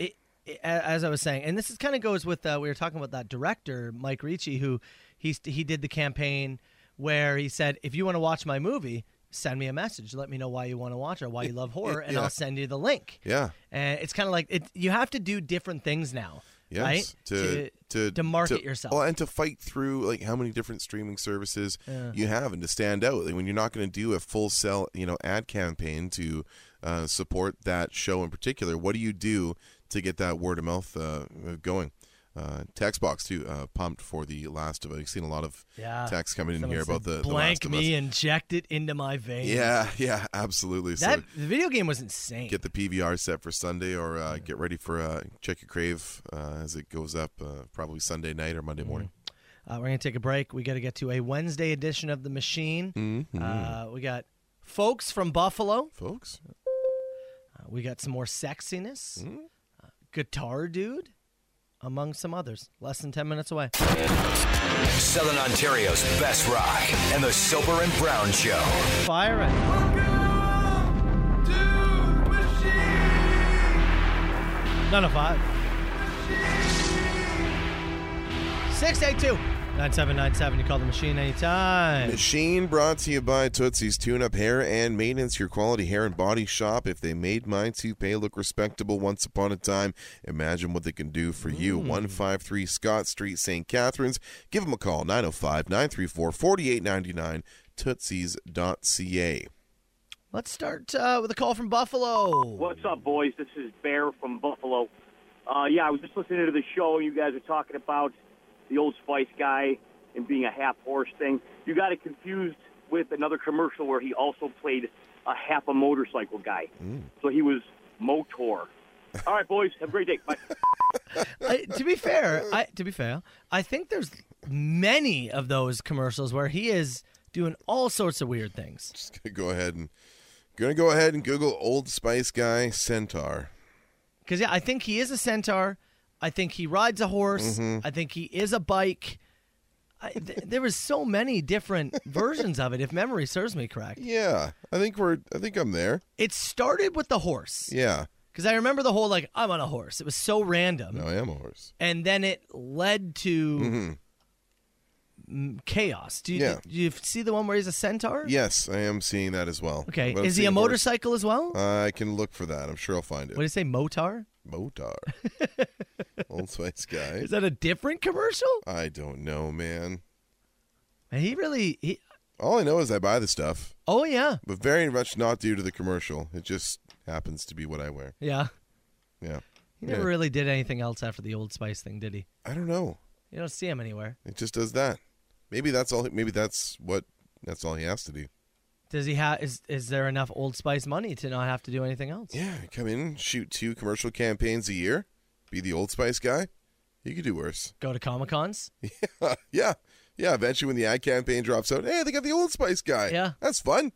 S5: It, it- a- as I was saying, and this is kind of goes with uh, we were talking about that director Mike Ricci who he he did the campaign where he said if you want to watch my movie, send me a message, let me know why you want to watch it, why
S6: (laughs)
S5: you love horror, and
S6: Yeah.
S5: I'll send you the link.
S6: Yeah.
S5: And it's kind of like it, you have to do different things now,
S6: Yes.
S5: right?
S6: To, to
S5: market
S6: to-
S5: yourself.
S6: Well, and to fight through like how many different streaming services you have, and to stand out. Like, when you're not going to do a full sell, you know, ad campaign to uh, support that show in particular. What do you do to get that word of mouth uh, going? Uh, text box too. Uh, pumped for the Last of Us. You've seen a lot of
S5: Yeah.
S6: texts coming in
S5: Someone
S6: here
S5: said,
S6: about the, the
S5: blank
S6: Last of Us.
S5: me, inject it into my veins.
S6: Yeah, (laughs) yeah, absolutely.
S5: that
S6: so
S5: the video game was insane.
S6: get the PVR set for Sunday, or uh, get ready for uh, check your crave uh, as it goes up uh, probably Sunday night or Monday morning.
S5: Uh, we're gonna take a break. We got to get to a Wednesday edition of the Machine.
S6: Mm-hmm.
S5: Uh, we got folks from Buffalo.
S6: folks.
S5: Uh, we got some more sexiness.
S6: Mm-hmm.
S5: Uh, guitar dude, among some others. Less than ten minutes away.
S4: Southern Ontario's best rock and the Sober and Brown Show.
S5: Fire it. None of five. 682 9797. You call the machine anytime.
S6: Machine brought to you by Tootsie's Tune Up Hair and Maintenance, your quality hair and body shop. If they made my toupee look respectable once upon a time, imagine what they can do for you. 153 Scott Street, St. Catharines. Give them a call, 905 934 4899, tootsies.ca.
S5: Let's start uh, with a call from Buffalo.
S7: What's up, boys? This is Bear from Buffalo. Uh, yeah, I was just listening to the show. You guys were talking about the Old Spice guy and being a half horse thing. You got it confused with another commercial where he also played a half a motorcycle guy. So he was Motor. All right, boys. Have a great day. Bye.
S5: I, to be fair, I, to be fair, I think there's many of those commercials where he is doing all sorts of weird things.
S6: Just gonna (laughs) go ahead and gonna go ahead and Google Old Spice guy centaur.
S5: Because yeah, I think he is a centaur. I think he rides a horse.
S6: Mm-hmm.
S5: I think he is a bike. I, th- (laughs) there was so many different versions of it, if memory serves me correct.
S6: Yeah, I think we're. I think I'm there.
S5: It started with the horse
S6: Yeah,
S5: because I remember the whole like I'm on a horse. It was so random,
S6: no, I am a horse.
S5: and then it led to mm, chaos. Do you,
S6: Mm-hmm. Yeah.
S5: do you see the one where he's a centaur?
S6: Yes, I am seeing that as well. Uh,
S5: Okay.
S6: But I'm
S5: Is he a
S6: seeing horse-
S5: motorcycle as well?
S6: I can look for that. I'm sure I'll find it.
S5: what do you say, Motar? (laughs)
S6: Motar. Old Spice guy.
S5: Is that a different commercial?
S6: I don't know, man.
S5: Man, He really. He,
S6: All I know is I buy the stuff,
S5: oh yeah,
S6: but very much not due to the commercial. It just happens to be what I wear.
S5: yeah.
S6: Yeah.
S5: He never
S6: Yeah.
S5: really did anything else after the Old Spice thing, did he?
S6: I don't know.
S5: You don't see him anywhere.
S6: It just does that. Maybe that's all. Maybe that's what. That's all he has to do.
S5: Does he have? Is is there enough Old Spice money to not have to do anything else?
S6: Yeah, come in, shoot two commercial campaigns a year, be the Old Spice guy. You could do worse. (laughs)
S5: Go to Comic Cons.
S6: yeah, yeah. Eventually, when the ad campaign drops out, hey, they got the Old Spice guy.
S5: Yeah.
S6: that's fun.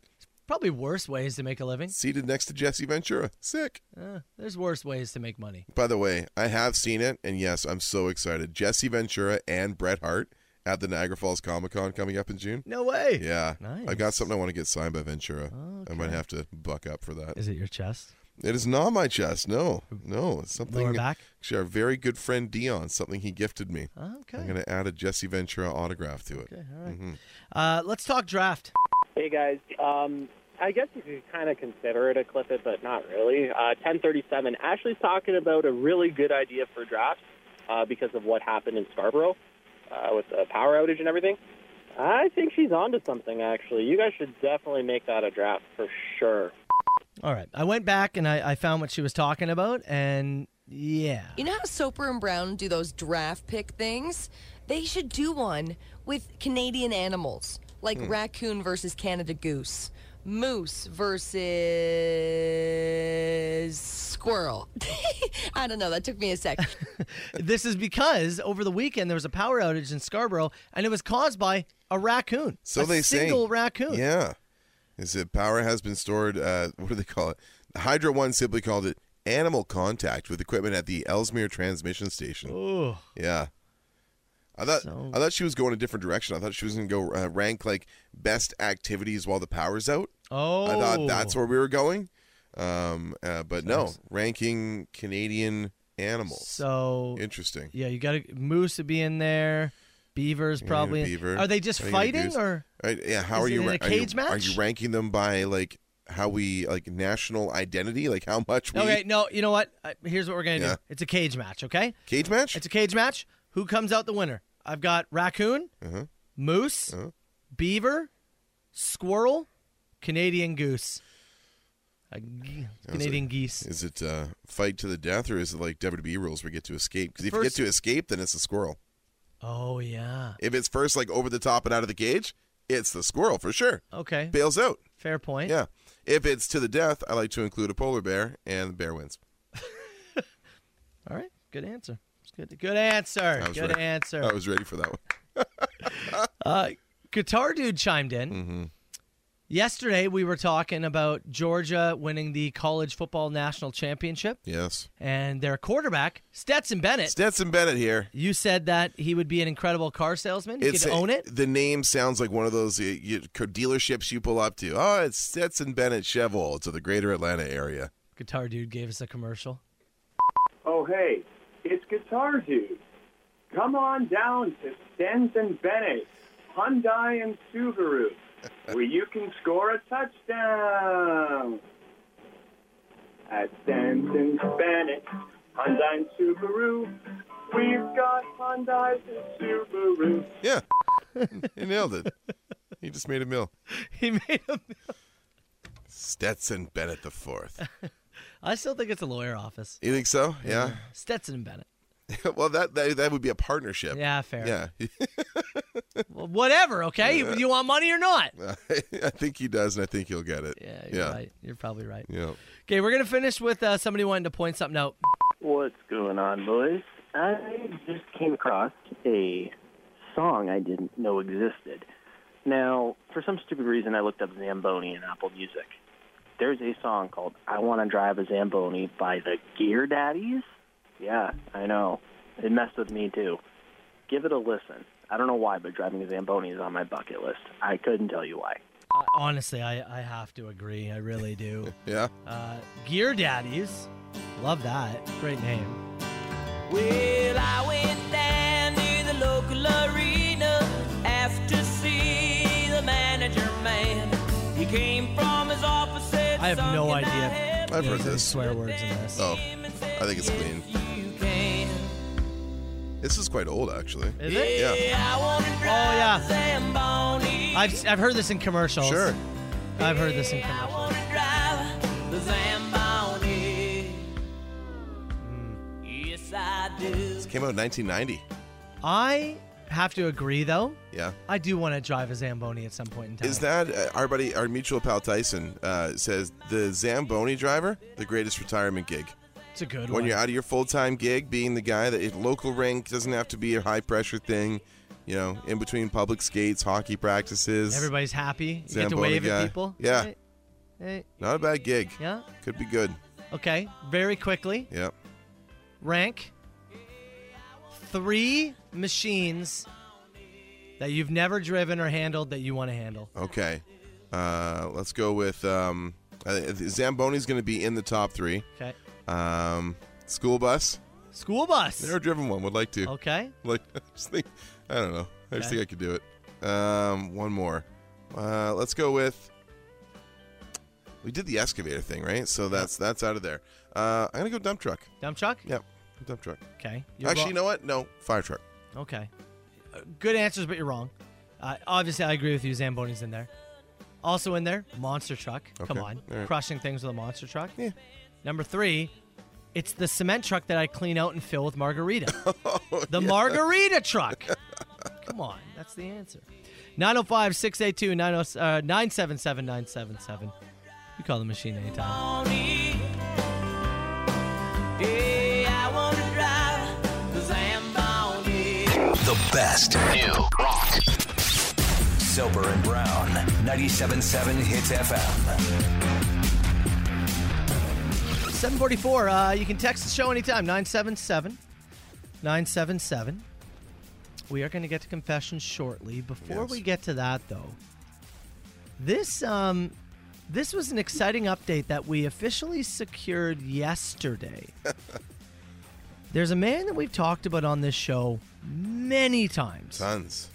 S5: Probably worse ways to make a living.
S6: Seated next to Jesse Ventura. Sick.
S5: Uh, there's worse ways to make money.
S6: By the way, I have seen it, and yes, I'm so excited. Jesse Ventura and Bret Hart at the Niagara Falls Comic Con coming up in June.
S5: No way.
S6: Yeah, I got
S5: Nice.
S6: something I want to get signed by Ventura. I might have to buck up for that.
S5: Is it your chest?
S6: It is not my chest. No, no, it's something.
S5: Lower back?
S6: Actually, our very good friend Dion, something he gifted me.
S5: Okay.
S6: I'm gonna add a Jesse Ventura autograph to it.
S5: Uh, let's talk draft.
S8: Hey guys, um, I guess you could kind of consider it a clip it, but not really. Uh, 1037. Ashley's talking about a really good idea for drafts uh, because of what happened in Scarborough uh, with the power outage and everything. I think she's onto something. Actually, you guys should definitely make that a draft for sure.
S5: All right. I went back and I, I found what she was talking about, and yeah.
S9: You know how Soper and Brown do those draft pick things? They should do one with Canadian animals, like raccoon versus Canada goose, moose versus squirrel. (laughs) I don't know. That took me a sec.
S5: This is because over the weekend there was a power outage in Scarborough, and it was caused by a raccoon.
S6: So
S5: a
S6: they say
S5: single raccoon.
S6: Yeah, is it power has been stored? Uh, what do they call it? Hydro One simply called it animal contact with equipment at the Ellesmere transmission station.
S5: Ooh.
S6: Yeah. I thought
S5: So-
S6: I thought she was going a different direction. I thought she was going to go uh, rank like best activities while the power's out.
S5: Oh.
S6: I thought that's where we were going. Um, uh, but no, ranking Canadian animals.
S5: So
S6: Interesting.
S5: yeah, you got to moose would be in there. Beavers probably.
S6: beaver.
S5: Are they just
S6: I think a
S5: fighting
S6: goose.
S5: or?
S6: All right, yeah, how
S5: Is
S6: are you
S5: it in a
S6: ra- are you-
S5: cage
S6: Are
S5: match?
S6: you ranking them by like how we like national identity? Like how much we
S5: Okay, no. You know what? Uh, Here's what we're gonna
S6: Yeah.
S5: do. It's a cage match. Okay.
S6: cage match?
S5: It's a cage match. Who comes out the winner? I've got raccoon,
S6: Uh-huh.
S5: moose, beaver, squirrel, Canadian goose. A g- Canadian geese.
S6: Is it uh, fight to the death or is it like WWE rules we get to escape? Because if you get
S5: First-
S6: to escape, then it's a squirrel.
S5: Oh yeah.
S6: If it's first like over the top and out of the cage, it's the squirrel for sure.
S5: Okay.
S6: Bails out.
S5: Fair point.
S6: Yeah. If it's to the death, I like to include a polar bear and the bear wins.
S5: All right. Good answer. It's Good. Good answer.
S6: I was
S5: Good
S6: ready.
S5: answer.
S6: I was ready for that one.
S5: Guitar dude chimed in. Yesterday we were talking about Georgia winning the college football national championship
S6: Yes.
S5: and their quarterback Stetson Bennett.
S6: Stetson Bennett here.
S5: you said that he would be an incredible car salesman. He could own it.
S6: The name sounds like one of those uh, you, co- dealerships you pull up to. Oh, it's Stetson Bennett Chevrolet to the Greater Atlanta area.
S5: Guitar dude gave us a commercial. (laughs)
S10: Oh, hey, it's Guitar Dude. Come on down to Stens and Bennett, Hyundai and Subaru, where you can score a touchdown. At Stens and Bennett, Hyundai and Subaru, we've got Hyundais and Subarus.
S6: Yeah, (laughs) he nailed it. He just made a mill.
S5: He made him.
S6: Stetson Bennett the fourth.
S5: I still think it's a lawyer office.
S6: You think so? Yeah.
S5: Stetson and Bennett.
S6: (laughs) well, that, that that would be a partnership.
S5: Yeah, fair.
S6: Yeah.
S5: Well, whatever, okay? You, you want money or not?
S6: (laughs) I think he does, and I think he'll get it.
S5: Yeah, you're right. You're probably right.
S6: Yeah.
S5: Okay, we're going to finish with uh, somebody wanting to point something out.
S11: What's going on, boys? I just came across a song I didn't know existed. Now, for some stupid reason, I looked up Zamboni in Apple Music. There's a song called I Want to Drive a Zamboni by the Gear Daddies. Yeah, I know. It messed with me, too. Give it a listen. I don't know why, but driving a Zamboni is on my bucket list. I couldn't tell you why.
S5: Uh, honestly, I, I have to agree. I really do.
S6: Yeah.
S5: Uh, Gear Daddies. Love that. Great name.
S1: Well, I went down to the local arena asked to see the manager man. He came from his office. Said,
S5: I have
S1: "Son,
S5: no
S1: can I
S5: idea.
S1: help
S6: I've
S1: you
S6: heard
S5: There's any
S6: this.
S5: swear words in this.
S6: Oh, I think it's clean.
S1: if you can?"
S6: This is quite old, actually.
S5: Is it?
S6: Yeah.
S5: Oh,
S1: Yeah, I want to drive
S5: yeah.
S1: a Zamboni.
S5: I've, I've heard this in commercials.
S6: Sure.
S5: I've heard this in
S1: I
S5: commercials.
S1: want to drive the Zamboni. Yes, I do.
S6: Came out in 1990.
S5: I have to agree, though.
S6: Yeah.
S5: I do want to drive a Zamboni at some point in time.
S6: Is that uh, our buddy, our mutual pal Tyson uh, says the Zamboni driver, the greatest retirement gig.
S5: it's a good
S6: When
S5: one.
S6: you're out of your full time gig, being the guy that local rink doesn't have to be a high pressure thing, you know, in between public skates, hockey practices.
S5: Everybody's happy. You get to
S6: Zamboni
S5: wave
S6: guy.
S5: at people.
S6: Yeah.
S5: Hey, hey,
S6: Not a bad gig.
S5: yeah.
S6: Could be good.
S5: Okay. Very quickly.
S6: Yeah.
S5: rank three machines that you've never driven or handled that you want to handle.
S6: Okay. Uh, let's go with um, uh, Zamboni's going to be in the top three.
S5: Okay.
S6: Um, school bus.
S5: School bus.
S6: Never driven one. Would like to.
S5: Okay.
S6: (laughs) Like, I just think, I don't know. I just
S5: Okay.
S6: think I could do it. Um, one more. Uh, let's go with. We did the excavator thing, right? So that's that's out of there. Uh, I'm gonna go dump truck.
S5: Dump truck.
S6: Yep, dump truck.
S5: Okay.
S6: Actually, you
S5: wrong.
S6: know what? No, fire truck.
S5: no. Okay. Uh, Good answers, but you're wrong. Uh, obviously, I agree with you. Zamboni's in there. Also in there, monster truck. Come
S6: Okay.
S5: on,
S6: All right.
S5: crushing things with a monster truck.
S6: Yeah.
S5: Number three, it's the cement truck that I clean out and fill with
S6: (laughs)
S5: margarita.
S6: Oh,
S5: the margarita truck. Come on, that's the answer. 905 682 uh, 977 977. You call the machine anytime.
S1: Yeah, I want to drive the Zamboni.
S4: The best. New rock. Sober and Brown. 97.7 Hits FM.
S5: 744, uh, you can text the show anytime 977 977. We are going to get to confessions shortly. Before
S6: Yes.
S5: we get to that, though, this um, this was an exciting update that we officially secured yesterday. There's a man that we've talked about on this show many times.
S6: Tons.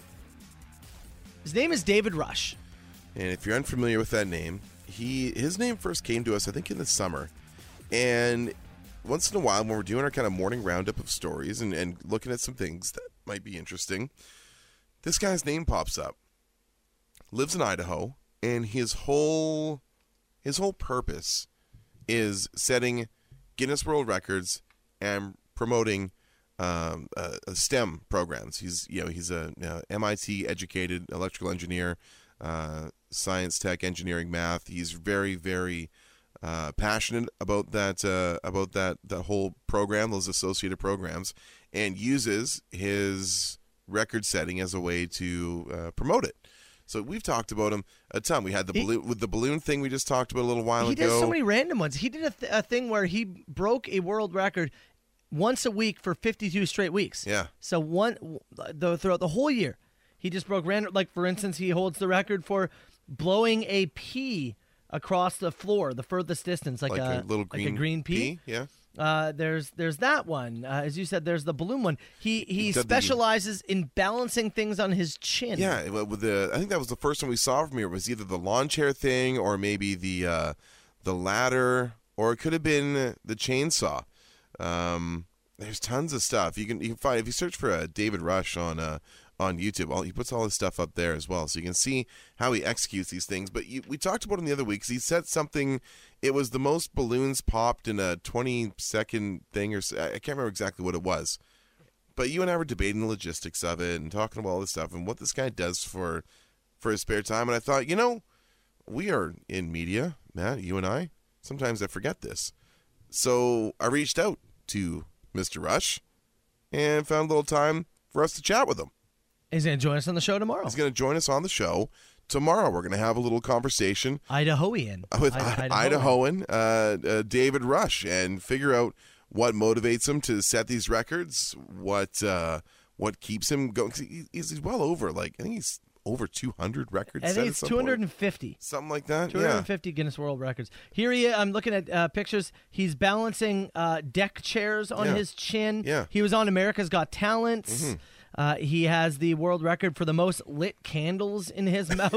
S5: His name is David Rush.
S6: And if you're unfamiliar with that name, he his name first came to us, I think, in the summer. And once in a while, when we're doing our kind of morning roundup of stories and, and looking at some things that might be interesting, this guy's name pops up. Lives in Idaho, and his whole his whole purpose is setting Guinness World Records and promoting um, uh, uh, STEM programs. He's you know he's a you know, MIT educated electrical engineer, uh, science, tech, engineering, math. He's very very uh, passionate about that uh, about that that whole program, those associated programs, and uses his record setting as a way to uh, promote it. So we've talked about him a ton. We had the
S5: He-
S6: balloon with the balloon thing we just talked about a little while
S5: He
S6: ago.
S5: does so many random ones. He did a, th- a thing where he broke a world record once a week for 52 straight weeks.
S6: Yeah.
S5: So one w- the, throughout the whole year, he just broke random. Like for instance, he holds the record for blowing a pea across the floor, the furthest distance, like,
S6: like a, little
S5: like
S6: green
S5: a green pea.
S6: Yeah.
S5: Uh, there's there's that one. Uh, as you said, there's the balloon one. He he
S6: did the-
S5: specializes in balancing things on his chin.
S6: Yeah, it wa- with the I think that was the first one we saw from here. It was either the lawn chair thing or maybe the uh, the ladder, or it could have been the chainsaw. Um, there's tons of stuff you can you can find if you search for uh, David Rush on uh, on YouTube. All, he puts all his stuff up there as well, so you can see how he executes these things. But you, we talked about him the other week. 'cause he said something. It was the most balloons popped in a 20 second thing, or s- I I can't remember exactly what it was. But you and I were debating the logistics of it and talking about all this stuff and what this guy does for for his spare time. And I thought, you know, we are in media, Matt, you and I. Sometimes I forget this. So I reached out to Mr. Rush and found a little time for us to chat with him.
S5: He's going to join us on the show tomorrow.
S6: He's going to join us on the show tomorrow. We're going to have a little conversation
S5: Idahoan.
S6: with
S5: (laughs) I-
S6: Idahoan, uh, uh, David Rush, and figure out what motivates him to set these records, what uh, what keeps him going. 'Cause he- He's, he's well over, like I think he's over 200 records.
S5: I
S6: set at
S5: think it's
S6: some point.
S5: 250.
S6: something like that. Yeah,
S5: 250 Guinness World Records. Here he I'm looking at uh, pictures. He's balancing uh, deck chairs on
S6: Yeah.
S5: his chin.
S6: Yeah.
S5: He was on America's Got Talents.
S6: Mhm.
S5: Uh, he has the world record for the most lit candles in his
S6: (laughs)
S5: (laughs) mouth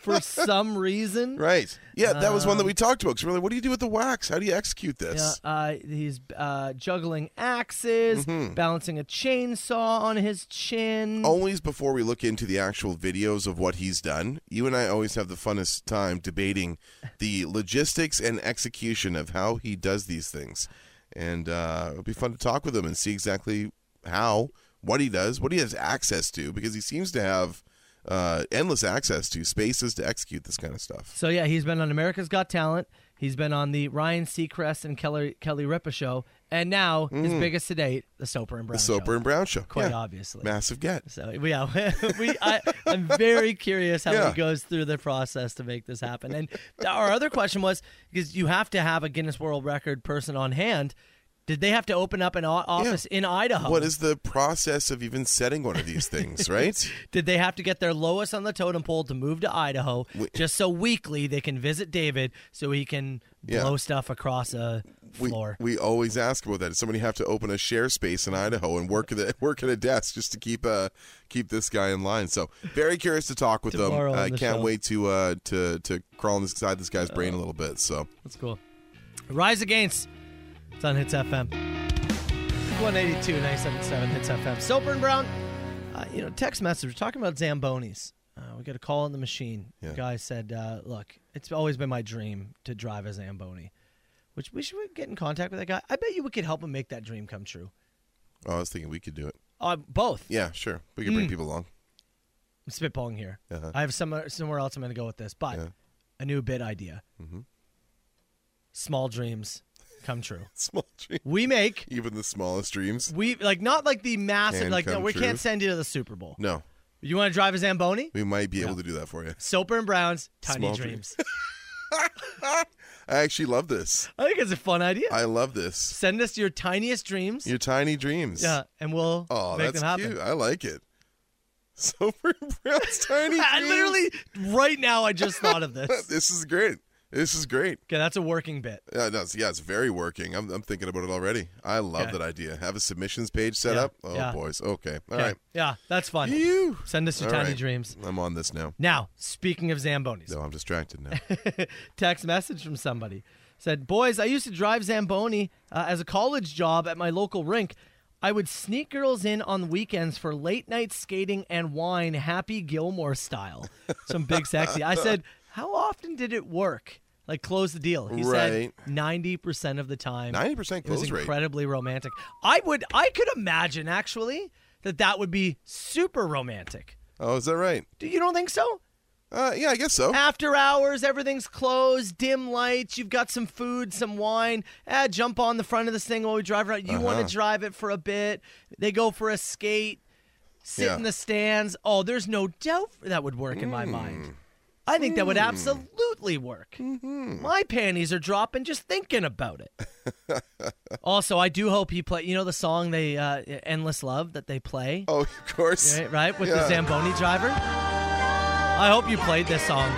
S5: for some reason.
S6: right. Yeah, that was one that
S5: Um,
S6: we talked about. 'Cause we're like, what do you do with the wax? How do you execute
S5: Yeah,
S6: this?
S5: uh, he's uh, juggling axes,
S6: Mm-hmm.
S5: balancing a chainsaw on his chin.
S6: Always before we look into the actual videos of what he's done, you and I always have the funnest time debating the logistics and execution of how he does these things. And uh, it'll be fun to talk with him and see exactly how, what he does, what he has access to, because he seems to have uh, endless access to spaces to execute this kind of stuff.
S5: So yeah, he's been on America's Got Talent. He's been on the Ryan Seacrest and Kelly Kelly Ripa show, and now his
S6: Mm.
S5: biggest to date, the Soper and Brown.
S6: the Soper and Brown show.
S5: Quite
S6: Yeah.
S5: obviously.
S6: Massive get.
S5: So yeah, (laughs) we, I, I'm very curious how
S6: Yeah.
S5: he goes through the process to make this happen. And our other question was because you have to have a Guinness World Record person on hand. Did they have to open up an o- office in Idaho?
S6: What is the process of even setting one of these things, right?
S5: Did they have to get their lowest on the totem pole to move to Idaho just so weekly they can visit David so he can
S6: Yeah.
S5: blow stuff across a
S6: We,
S5: floor?
S6: we always ask about that. Does somebody have to open a share space in Idaho and work at a, (laughs) work at a desk just to keep uh keep this guy in line? So very curious to talk with
S5: Tomorrow
S6: them.
S5: on
S6: I
S5: the
S6: can't
S5: show. Uh,
S6: wait to uh, to to crawl inside this guy's brain a little bit. So
S5: That's cool. Rise Against. It's on Hits FM. 182 977 Hits FM. Soper and Brown. Uh, you know, text message. We're talking about Zambonis. Uh, we got a call on the machine.
S6: Yeah.
S5: The guy said, uh, Look, it's always been my dream to drive a Zamboni, which we should get in contact with that guy. I bet you we could help him make that dream come true.
S6: oh, I was thinking we could do it.
S5: Uh, both.
S6: Yeah, sure. We could bring
S5: Mm.
S6: people along. (laughs)
S5: I'm spitballing here.
S6: Uh-huh.
S5: I have somewhere, somewhere else I'm going to go with this, but
S6: Yeah.
S5: a new bit idea.
S6: Mhm.
S5: Small dreams come true.
S6: Small dreams.
S5: We make
S6: Even the smallest dreams.
S5: we like not like the massive
S6: Can
S5: like no,
S6: come
S5: we
S6: true.
S5: can't send you to the Super Bowl.
S6: No,
S5: You want to drive a Zamboni?
S6: we might be able to do that for you.
S5: Soper and Brown's tiny
S6: Small
S5: dreams.
S6: I actually love this.
S5: I think it's a fun idea.
S6: I love this.
S5: send us your tiniest dreams.
S6: Your tiny dreams.
S5: yeah, and we'll
S6: Oh,
S5: make
S6: that's
S5: them happen.
S6: cute.
S5: (laughs)
S6: I like it. (laughs) Sober and Brown's tiny
S5: (laughs) I
S6: dreams.
S5: literally right now I just
S6: (laughs)
S5: thought of this. okay,
S6: This is great. This is great.
S5: that's a working bit.
S6: Yeah, no, it's, yeah, it's very working. I'm, I'm thinking about it already. I love
S5: Okay.
S6: that idea. Have a submissions page set
S5: Yeah,
S6: up. Oh,
S5: yeah.
S6: boys. Okay. all
S5: Okay,
S6: right.
S5: Yeah, that's fun.
S6: Phew.
S5: Send us your
S6: All
S5: tiny
S6: right.
S5: dreams.
S6: I'm on this now.
S5: Now, speaking of Zambonis.
S6: No, I'm distracted
S5: (laughs)
S6: now.
S5: text message from somebody said, "Boys, I used to drive Zamboni uh, as a college job at my local rink. I would sneak girls in on weekends for late night skating and wine, Happy Gilmore style. Some big sexy." I said, "How often did it work?" Like close the deal. He
S6: Right.
S5: said ninety percent of the time.
S6: 90%
S5: It was
S6: close rate.
S5: incredibly romantic. I would, I could imagine actually that that would be super romantic.
S6: Oh, is that right?
S5: Do you don't think so?
S6: Uh, yeah, I guess so.
S5: After hours, everything's closed, dim lights. You've got some food, some wine. Ah, jump on the front of this thing while we drive around. You want
S6: Uh-huh.
S5: to drive it for a bit. They go for a skate, sit
S6: Yeah.
S5: in the stands. Oh, there's no doubt that would work in my
S6: Mm.
S5: mind. I think that would absolutely work.
S6: Mm-hmm.
S5: My panties are dropping just thinking about it.
S6: (laughs)
S5: also, I do hope he play. You know the song they uh, "Endless Love" that they play.
S6: Oh, (laughs) of course.
S5: Right, right with the
S6: Yeah.
S5: Zamboni driver. I hope you played this song.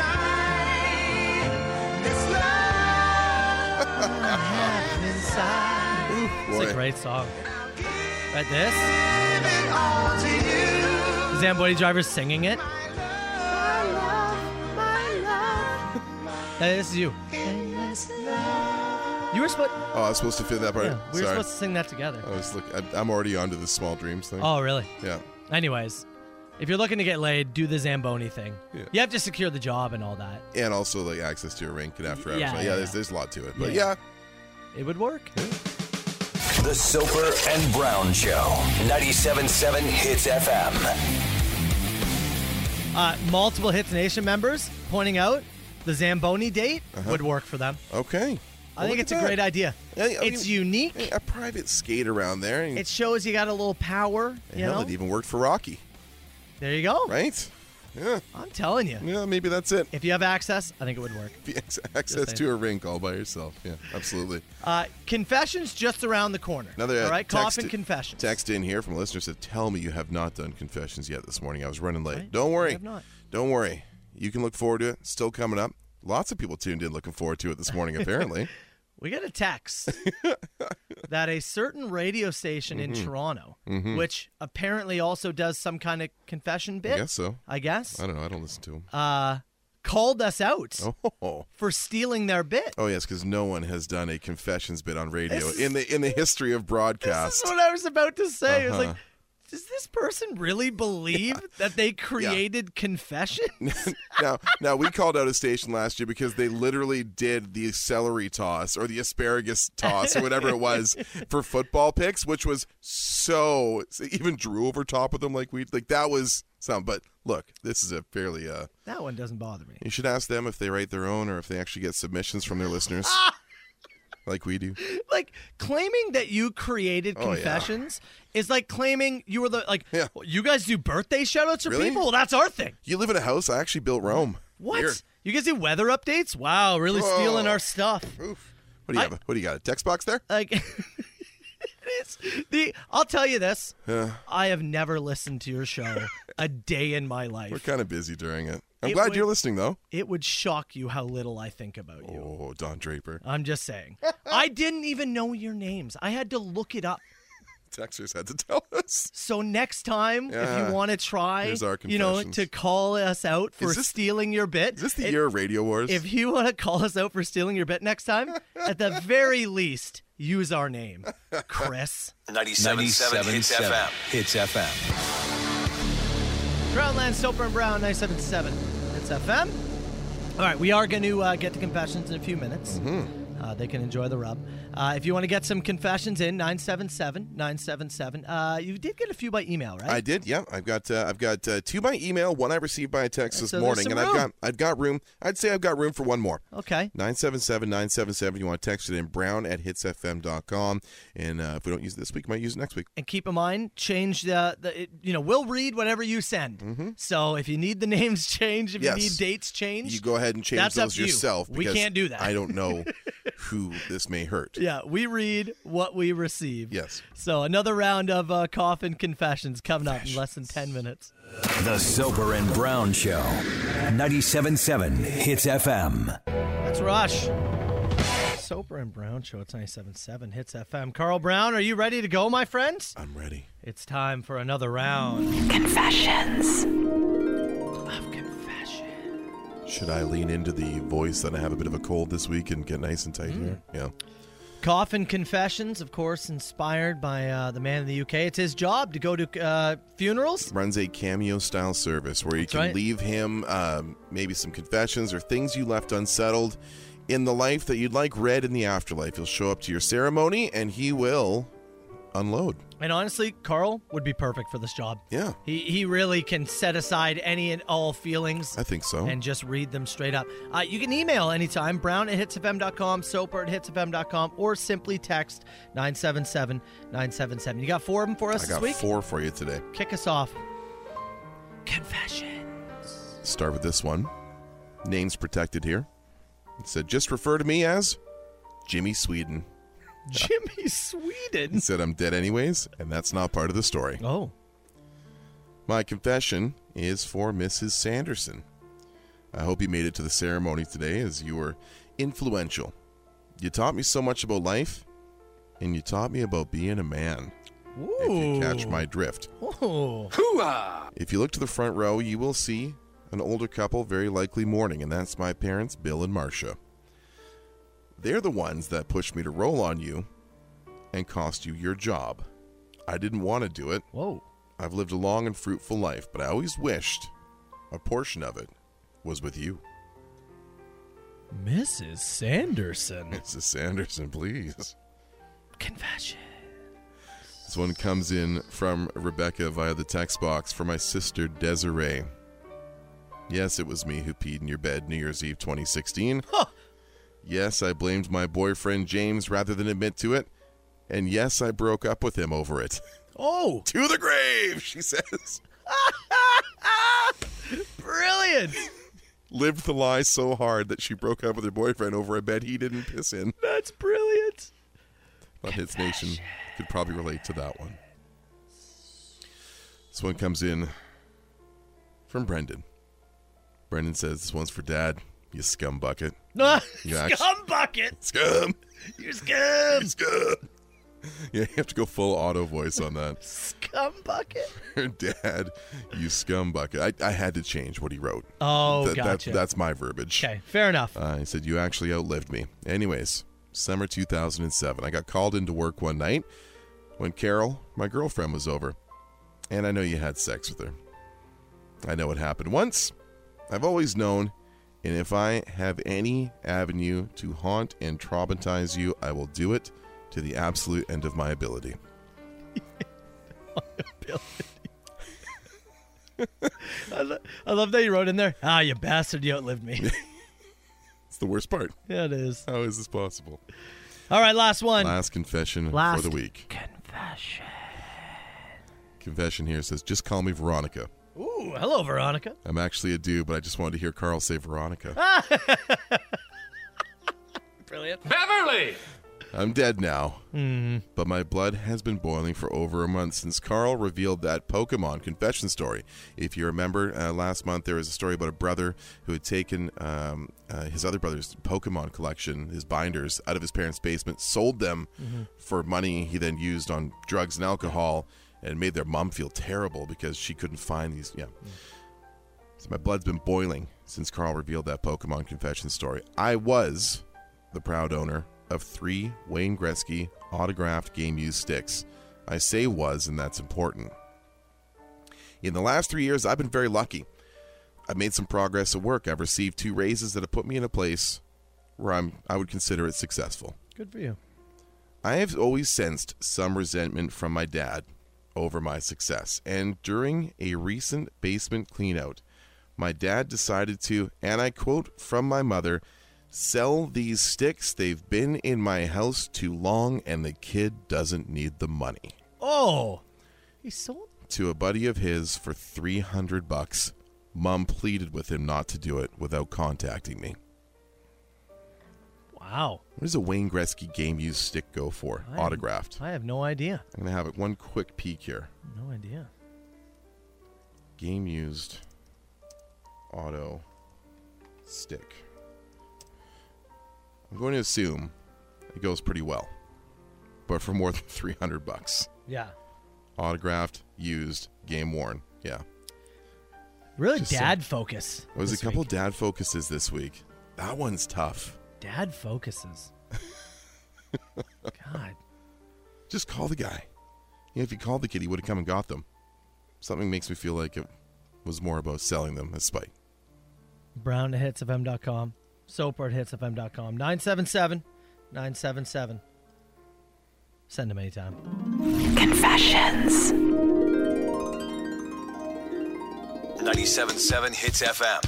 S5: It's
S6: Boy.
S5: a great song. Right, this Zamboni driver singing it. Hey, this is you. You were supposed.
S6: Oh, I was supposed to fit that part.
S5: Yeah, we were
S6: Sorry.
S5: supposed to sing that together.
S6: I was look. I, I'm already onto the small dreams thing.
S5: Oh, really?
S6: Yeah.
S5: Anyways, if you're looking to get laid, do the Zamboni thing.
S6: Yeah.
S5: You have to secure the job and all that.
S6: And also like access to your rink and after hours.
S5: Yeah,
S6: Yeah,
S5: yeah,
S6: there's,
S5: yeah.
S6: there's a lot to it. But
S5: Yeah.
S6: yeah.
S5: It would work.
S4: The Soper and Brown Show. 97.7 Hits FM.
S5: Uh, multiple Hits Nation members pointing out the Zamboni date
S6: Uh-huh.
S5: would work for them.
S6: Okay.
S5: I think it's a great idea. it's unique.
S6: A private skate around there. and-
S5: It shows you got a little power. You
S6: Hell,
S5: know?
S6: it even worked for Rocky.
S5: There you go.
S6: Right? Yeah.
S5: I'm telling you.
S6: Yeah, maybe that's it.
S5: If you have access, I think it would work.
S6: (laughs) Access
S5: saying.
S6: to a rink all by yourself. Yeah,
S5: (laughs)
S6: absolutely.
S5: Uh, confessions just around the corner.
S6: Another uh,
S5: all right,
S6: text,
S5: coffin confession.
S6: Text in here from a listener said, "Tell me you have not done confessions yet this morning. I was running late. Don't worry,
S5: have not.
S6: don't worry. You can look forward to it. Still coming up. Lots of people tuned in, looking forward to it this
S5: (laughs)
S6: morning. Apparently,
S5: We got
S6: (laughs)
S5: a text that a certain radio station in
S6: Mhm.
S5: Toronto,
S6: Mhm.
S5: which apparently also does some kind of confession bit.
S6: I guess so.
S5: I guess.
S6: I don't know. I don't listen to them.
S5: Uh, called us out
S6: (laughs) Oh,
S5: for stealing their bit.
S6: oh yes, because no one has done a confessions bit on radio
S5: (laughs) This is-
S6: in the in the history of
S5: That's
S6: broadcast.
S5: what I was about to say. It was like,
S6: Uh-huh.
S5: does this person really believe
S6: (laughs)
S5: that they created confession?
S6: now, now we called out a station last year because they literally did the celery toss or the asparagus toss or whatever it
S5: (laughs)
S6: was for football picks, which was so even drew over top of them like we like that was some. But look, this is a fairly uh.
S5: That one doesn't bother me.
S6: You should ask them if they write their own or if they actually get submissions from their
S5: (laughs)
S6: listeners, like we do.
S5: Like claiming that you created
S6: Oh, yeah.
S5: confessions is like claiming you were the like you guys do birthday shout outs for
S6: Really?
S5: people? Well, that's our thing.
S6: You live in a house. I actually built Rome.
S5: What?
S6: Weird.
S5: You guys do weather updates? Wow, really stealing
S6: Oh.
S5: our stuff.
S6: What do you have? What do you got? A text box there?
S5: Like (laughs) it's the I'll tell you this.
S6: Yeah.
S5: I have never listened to your show a day in my life.
S6: We're kind of busy during it. I'm
S5: It
S6: glad
S5: would-
S6: you're listening though.
S5: It would shock you how little I think about you.
S6: Oh, Don Draper.
S5: I'm just saying. I didn't even know your names. I had to look it up.
S6: Texters had to tell us.
S5: So next time, if
S6: Yeah.
S5: you want to try,
S6: Here's our
S5: you know, to
S6: confessions.
S5: call us out
S6: (laughs)
S5: for
S6: Is this-
S5: stealing your bit. Is
S6: this the year of radio wars?
S5: If you want to call us out for stealing your bit next time, at
S6: (laughs)
S5: the very least, use our name, Chris.
S4: 97.7 Hits FM. Hits FM.
S5: Groundland, Soper and Brown, 97.7. It's FM. All right, we are going to uh, get to confessions in a few minutes.
S6: Mm-hmm.
S5: Uh, they can enjoy the rub. Uh, if you want to get some confessions in, 977 977. Uh, you did get a few by email, right?
S6: I did. Yeah, I've got uh, I've got uh, two by email, one I received by text this
S5: so there's
S6: morning,
S5: some
S6: and
S5: room.
S6: I've got I've got room. I'd say I've got room for one more.
S5: okay.
S6: 977 977. You want to text it in brown at hitsfm.com. And uh, if we don't use it this week, we might use it next week.
S5: And keep in mind, change the, the it, you know, we'll read whatever you send. So if you need the (laughs) names changed, if
S6: Mm-hmm. Yes.
S5: you need dates changed,
S6: You go ahead and change
S5: That's up
S6: those
S5: to you.
S6: yourself.
S5: We
S6: because
S5: can't do that.
S6: I don't
S5: (laughs)
S6: know who this may hurt.
S5: Yeah, we read what we receive.
S6: Yes.
S5: So another round of uh, coffin confessions coming up in less than 10 minutes.
S4: The Soper and Brown Show. 97.7 Hits FM.
S5: That's Rush. Soper and Brown Show. It's 97.7 Hits FM. Carl Brown, are you ready to go, my friends?
S6: I'm ready.
S5: It's time for another round.
S12: Confessions.
S6: Should I lean into the voice that I have a bit of a cold this week and get nice and tight
S5: Mm.
S6: here? Yeah.
S5: Coffin confessions, of course, inspired by uh, the man in the UK. It's his job to go to uh, funerals.
S6: runs a cameo style service where you can
S5: right.
S6: leave him um, maybe some confessions or things you left unsettled in the life that you'd like read in the afterlife. He'll show up to your ceremony and he will unload.
S5: And honestly, Carl would be perfect for this job.
S6: Yeah,
S5: He, he really can set aside any and all feelings
S6: I think so.
S5: and just read them straight up. Uh, you can email anytime, brown at hitsfm.com, soper at hitsfm.com, or simply text 977 977. You got four of them for us
S6: I
S5: this
S6: got
S5: week?
S6: four for you today.
S5: Kick us off. Confession.
S6: (laughs) Start with this one. Name's protected here. It said, just refer to me as Jimmy Sweden.
S5: Jimmy Sweden.
S6: He said, I'm dead anyways, and that's not part of the story.
S5: Oh.
S6: My confession is for Mrs. Sanderson. I hope you made it to the ceremony today as you were influential. You taught me so much about life, and you taught me about being a man. If you catch my drift.
S5: Oh.
S6: If you look to the front row, you will see an older couple, very likely mourning, and that's my parents, Bill and Marcia. They're the ones that pushed me to roll on you and cost you your job. I didn't want to do it.
S5: Whoa.
S6: I've lived a long and fruitful life, but I always wished a portion of it was with you. (laughs)
S5: Mrs. Sanderson.
S6: Mrs. Sanderson, please.
S5: Confession.
S6: This one comes in from Rebecca via the text box for my sister Desiree. Yes, it was me who peed in your bed New Year's Eve 2016. Yes, I blamed my boyfriend James rather than admit to it. And yes, I broke up with him over it. (laughs)
S5: Oh!
S6: To the grave, she (laughs) says.
S5: Brilliant.
S6: Lived the lie so hard that she broke up with her boyfriend over a bed he didn't piss in.
S5: That's (laughs) brilliant.
S6: But Hits Nation could probably relate to that one. This one comes in from Brendan. Brendan says, This one's for dad, you scum bucket. (laughs) You act-
S5: scum bucket.
S6: Scum.
S5: You scum.
S6: Scum. Yeah, you have to go full auto voice on that. (laughs)
S5: Scum bucket.
S6: dad, you scum bucket. I, I had to change what he wrote.
S5: Oh,
S6: That- that-
S5: gotcha.
S6: that's my verbiage.
S5: Okay, fair enough.
S6: Uh, he said, You actually outlived me. Anyways, summer 2007. I got called into work one night when Carol, my girlfriend, was over. And I know you had sex with her. I know it happened once. I've always known. And if I have any avenue to haunt and traumatize you, I will do it to the absolute end of my ability.
S5: I, lo- I love that you wrote in there. Ah, you bastard, you outlived (laughs) me.
S6: It's the worst part.
S5: yeah, it is.
S6: How is this possible?
S5: All right, last one.
S6: Last confession
S5: Last
S6: for the week.
S5: Confession.
S6: Confession here says, Just call me Veronica.
S5: Ooh, hello, Veronica.
S6: I'm actually a dude, but I just wanted to hear Carl say Veronica.
S5: Brilliant.
S2: Beverly!
S6: I'm dead now. But my blood has been boiling for over a month since Carl revealed that Pokemon confession story. If you remember, uh, last month there was a story about a brother who had taken um, uh, his other brother's Pokemon collection, his binders, out of his parents' basement, sold them for money he then used on drugs and alcohol, and made their mom feel terrible because she couldn't find these. Yeah. So my blood's been boiling since Carl revealed that Pokemon confession story. I was the proud owner of three Wayne Gretzky autographed game used sticks. I say was, and that's important. In the last three years, I've been very lucky. I've made some progress at work. I've received two raises that have put me in a place where I'm I would consider it successful.
S5: Good for you.
S6: I have always sensed some resentment from my dad over my success, and during a recent basement cleanout, my dad decided to, and I quote from my mother, sell these sticks. They've been in my house too long, and the kid doesn't need the money.
S5: Oh, he sold.
S6: To a buddy of his for 300 bucks. Mom pleaded with him not to do it without contacting me.
S5: Wow.
S6: What does a Wayne Gretzky game used stick go for?
S5: I-
S6: Autographed.
S5: I have no idea.
S6: I'm going to have it one quick peek here.
S5: No idea.
S6: game used auto stick. I'm going to assume it goes pretty well, but for more than (laughs) 300 bucks.
S5: Yeah.
S6: Autographed, used, game worn. Yeah.
S5: Really
S6: Just uh,
S5: dad focus.
S6: There's a
S5: this
S6: couple
S5: week.
S6: dad focuses this week. That one's tough. (laughs)
S5: dad focuses. God.
S6: Just call the guy. You know, if you called the kid, he would have come and got them. Something makes me feel like it was more about selling them as spite.
S5: Brown at hitsfm.com. Soper at hitsfm.com. 977 977. Send them anytime.
S12: Confessions.
S4: 97.7 Hits FM.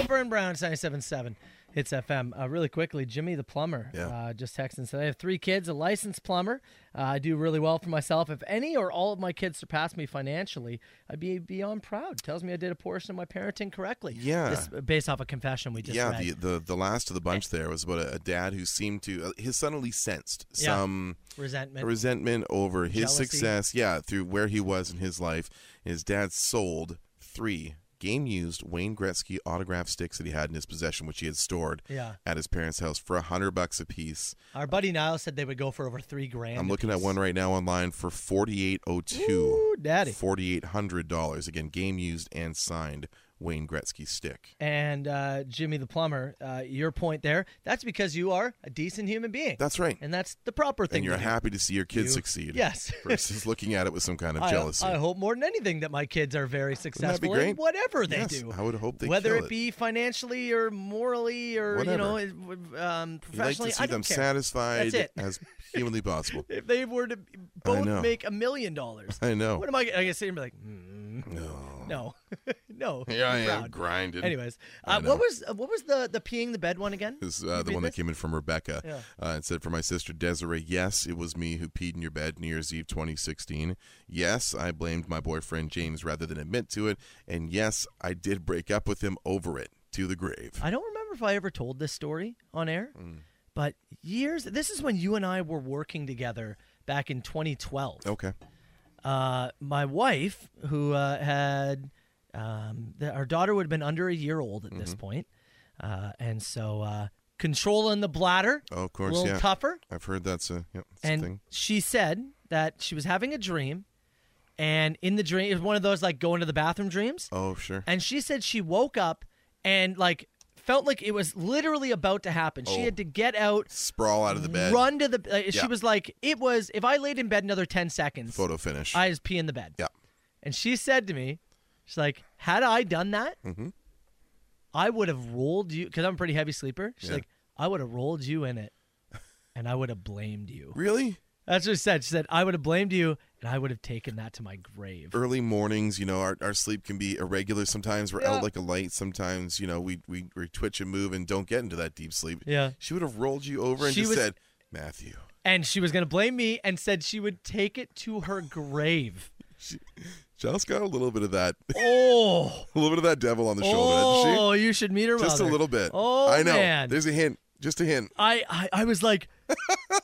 S5: Soper and Brown, 977 Hits FM. Uh, really quickly, Jimmy the plumber uh, just texted and said, I have three kids, a licensed plumber. Uh, I do really well for myself. If any or all of my kids surpass me financially, I'd be beyond proud. Tells me I did a portion of my parenting correctly.
S6: Yeah.
S5: This, uh, based off a confession we just
S6: yeah,
S5: read.
S6: the, the the last of the bunch there was about a, a dad who seemed to uh, his son at least sensed
S5: Yeah.
S6: some
S5: Resentment.
S6: resentment over his
S5: Jealousy.
S6: success. Yeah, through where he was in his life, his dad sold three game used Wayne Gretzky autograph sticks that he had in his possession, which he had stored
S5: Yeah.
S6: at his parents' house for a hundred bucks a piece.
S5: Our buddy Niles said they would go for over three grand.
S6: I'm looking at one right now online for forty eight oh two.
S5: daddy.
S6: Forty eight hundred dollars. Again, game used and signed Wayne Gretzky stick.
S5: and uh, Jimmy the plumber, uh, your point there, that's because you are a decent human being.
S6: That's right.
S5: And that's the proper thing.
S6: And you're
S5: to do.
S6: happy to see your kids
S5: You-
S6: succeed.
S5: Yes.
S6: (laughs) versus looking at it with some kind of
S5: (laughs) I-
S6: jealousy.
S5: I, hope more than anything that my kids are very
S6: be
S5: successful in
S6: great?
S5: whatever they
S6: Yes,
S5: do.
S6: I would hope they
S5: Whether
S6: kill
S5: it
S6: it.
S5: be financially or morally or you
S6: Whatever.
S5: know it- w- um,
S6: You'd like
S5: professionally,
S6: to see
S5: I don't
S6: them
S5: care.
S6: satisfied
S5: That's it.
S6: as humanly possible.
S5: if they were to both
S6: know.
S5: make a million dollars,
S6: I know.
S5: What am I? I gonna sit here and be like, mm, no, (laughs) no.
S6: Here I
S5: I'm
S6: am
S5: proud.
S6: grinding.
S5: Anyways,
S6: I
S5: uh,
S6: know.
S5: what was uh, what was the the peeing the bed one again?
S6: This is
S5: Can
S6: uh,
S5: you
S6: the
S5: read
S6: one
S5: this?
S6: that came in from Rebecca.
S5: Yeah.
S6: Uh, it said, For my sister Desiree, yes, it was me who peed in your bed New Year's Eve 2016. Yes, I blamed my boyfriend James rather than admit to it. And yes, I did break up with him over it to the grave.
S5: I don't remember if I ever told this story on air,
S6: Mm.
S5: but years. This is when you and I were working together back in 2012.
S6: Okay.
S5: Uh, my wife, who uh, had um, the, our daughter, would have been under a year old at
S6: Mm-hmm.
S5: this point, uh, and so uh, controlling the bladder.
S6: Oh, of course,
S5: a little
S6: yeah.
S5: tougher.
S6: I've heard that's a, yeah, that's a
S5: and
S6: thing.
S5: she said that she was having a dream, and in the dream, it was one of those like going to the bathroom dreams.
S6: Oh, sure.
S5: And she said she woke up and like felt like it was literally about to happen. She
S6: Oh.
S5: had to get out,
S6: Sprawl out of the bed.
S5: run to the. Uh, She
S6: Yeah.
S5: was like, it was. If I laid in bed another ten seconds,
S6: Photo finish.
S5: I just pee in the bed.
S6: Yeah.
S5: And she said to me, she's like, had I done that,
S6: Mhm.
S5: I would have rolled you because I'm a pretty heavy sleeper. She's
S6: Yeah.
S5: like, I would have rolled you in it, and I would have blamed you.
S6: Really?
S5: That's what she said. She said I would have blamed you, and I would have taken that to my grave.
S6: early mornings, you know, our, our sleep can be irregular. Sometimes we're
S5: Yeah.
S6: out like a light. Sometimes, you know, we, we, we twitch and move and don't get into that deep sleep.
S5: Yeah.
S6: She would have rolled you over and
S5: She
S6: just
S5: was-
S6: said, Matthew.
S5: And she was going to blame me, and said she would take it to
S6: (laughs)
S5: her grave.
S6: Just got a little bit of that, (laughs) a
S5: Oh,
S6: little bit of that devil on the shoulder, didn't
S5: oh, you should meet her.
S6: she? Just a
S5: mother.
S6: little bit.
S5: Oh,
S6: I know.
S5: man.
S6: There's a hint. Just a hint.
S5: I, I, I
S6: (laughs)
S5: was like,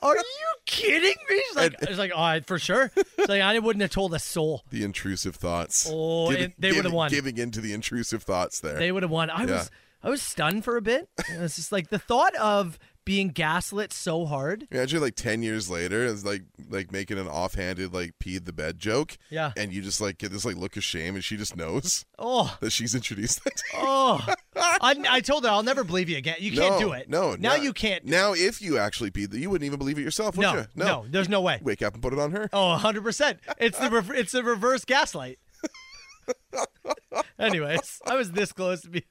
S5: are you kidding me? She's like, I was like, all right, for sure. She's like, I wouldn't have told a soul.
S6: The intrusive thoughts.
S5: Oh, and they would've
S6: giving-
S5: won.
S6: Giving into the intrusive thoughts there.
S5: They would have won. I
S6: Yeah.
S5: was, I was stunned for a bit. It was just like the thought of being gaslit so hard.
S6: Imagine like ten years later, it's like like making an offhanded like peed the bed joke.
S5: Yeah.
S6: And you just like get this like look of shame, and she just knows (laughs)
S5: Oh,
S6: that she's introduced that.
S5: oh. I, I told her I'll never believe you again. You can't
S6: no,
S5: do it.
S6: No,
S5: now
S6: no.
S5: you can't.
S6: Now, if you actually peed, you wouldn't even believe it yourself, would
S5: No,
S6: you?
S5: no, there's no way.
S6: Wake up and put it on her.
S5: Oh, 100%. It's the rever it's the
S6: (laughs)
S5: reverse gaslight. Anyways, I was this close to be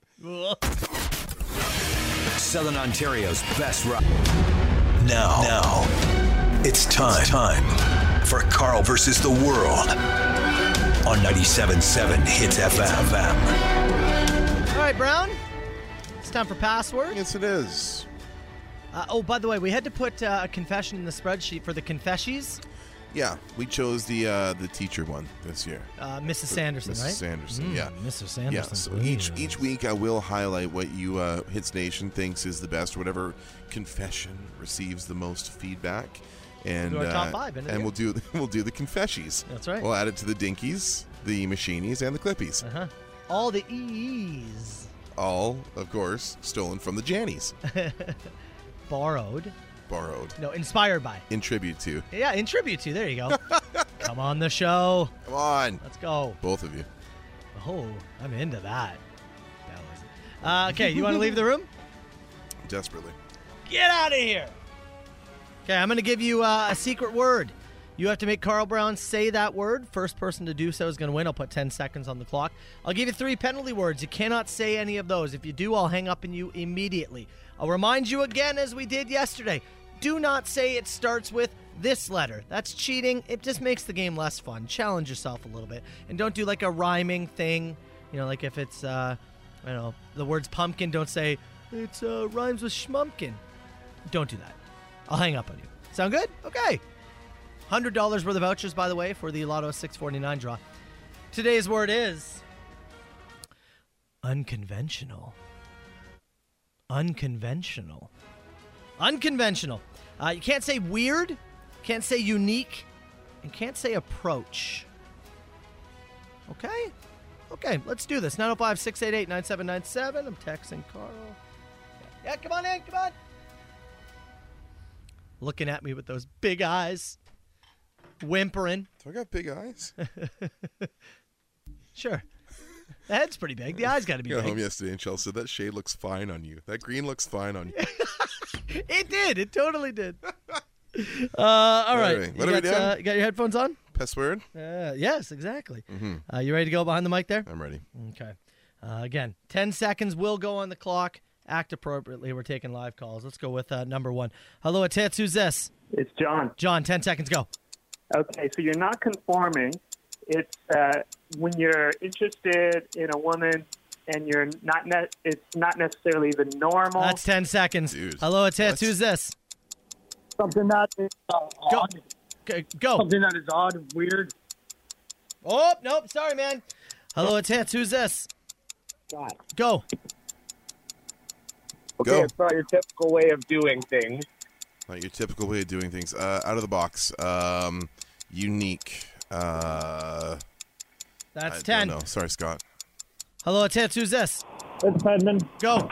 S4: Southern Ontario's best rock. Now, now, it's time, time for Carl versus the world on 97.7 Hits FM.
S5: All right, Brown. It's time for password.
S6: Yes, it is.
S5: Uh, oh, by the way, we had to put uh, a confession in the spreadsheet for the confessions.
S6: Yeah, we chose the uh, the teacher one this year.
S5: Uh, Mrs. Sanderson,
S6: Mrs.
S5: right?
S6: Sanderson,
S5: Mm,
S6: yeah.
S5: Mrs.
S6: Yeah,
S5: Sanderson.
S6: so each each week I will highlight what you uh, Hits Nation thinks is the best, whatever confession receives the most feedback, and
S5: Do our top
S6: uh,
S5: five, end of the
S6: and we'll do (laughs) we'll do the confessions.
S5: That's right.
S6: We'll add it to the Dinkies, the Machinies, and the Clippies.
S5: Uh-huh. All the E's
S6: All, of course, stolen from the
S5: (laughs)
S6: Jannies,
S5: borrowed.
S6: borrowed
S5: No, inspired by.
S6: in tribute to.
S5: Yeah, in tribute to. There
S6: (laughs)
S5: you go. Come on the show.
S6: Come on,
S5: Let's go.
S6: both of you.
S5: Oh, I'm into that. That was. Uh, okay, you want to leave the room?
S6: Desperately.
S5: Get out of here. Okay, I'm going to give you uh, a secret word. You have to make Carl Brown say that word. First person to do so is going to win. I'll put 10 seconds on the clock. I'll give you three penalty words. You cannot say any of those. If you do, I'll hang up on you immediately. I'll remind you again, as we did yesterday do not say it starts with this letter. That's cheating. It just makes the game less fun. Challenge yourself a little bit. And don't do like a rhyming thing. You know, like if it's, uh, I don't know, the words pumpkin, don't say it's uh, rhymes with schmumpkin. Don't do that. I'll hang up on you. Sound good? Okay. $100 worth of vouchers, by the way, for the Lotto 649 draw. Today's word is unconventional. Unconventional. Unconventional. Uh, you can't say weird, can't say unique, and can't say approach. Okay? Okay, let's do this. 905 688 9797. I'm texting Carl. Yeah, come on in, come on looking at me with those big eyes, whimpering.
S6: (laughs) Do I got big eyes?
S5: Sure. The head's pretty big. The eye's got to be
S6: got home
S5: big.
S6: yesterday and Chelsea said that shade looks fine on you. That green looks fine on you.
S5: (laughs) It did. It
S6: (laughs)
S5: totally did. Uh, all right.
S6: Anyway,
S5: You
S6: what are we
S5: got,
S6: doing?
S5: uh, you got your headphones on?
S6: Password.
S5: Uh, yes, exactly.
S6: Mm-hmm.
S5: Uh, you ready to go behind the mic there?
S6: I'm ready.
S5: Okay. Uh, again, 10 seconds will go on the clock. Act appropriately. We're taking live calls. Let's go with uh, number one. Hello, it's Hits. Who's this?
S13: It's John.
S5: John, 10 seconds go.
S13: Okay, so you're not conforming. It's uh, when you're interested in a woman and you're not. Ne- it's not necessarily the normal.
S5: That's 10 seconds. Hello, it's Hits. Who's this?
S14: Something that is uh, odd.
S5: Go.
S14: Something that is odd and weird.
S5: Oh, nope. Sorry, man. Hello, it's Hits. Who's this?
S14: God.
S5: Go.
S14: Okay,
S6: Go.
S14: it's not your typical way of doing things.
S6: Not your typical way of doing things. Uh, out of the box. Um, unique. Uh,
S5: That's
S6: I
S5: 10.
S6: No, sorry, Scott.
S5: Hello, it's Hits. Who's this?
S14: It's Penman.
S5: Go.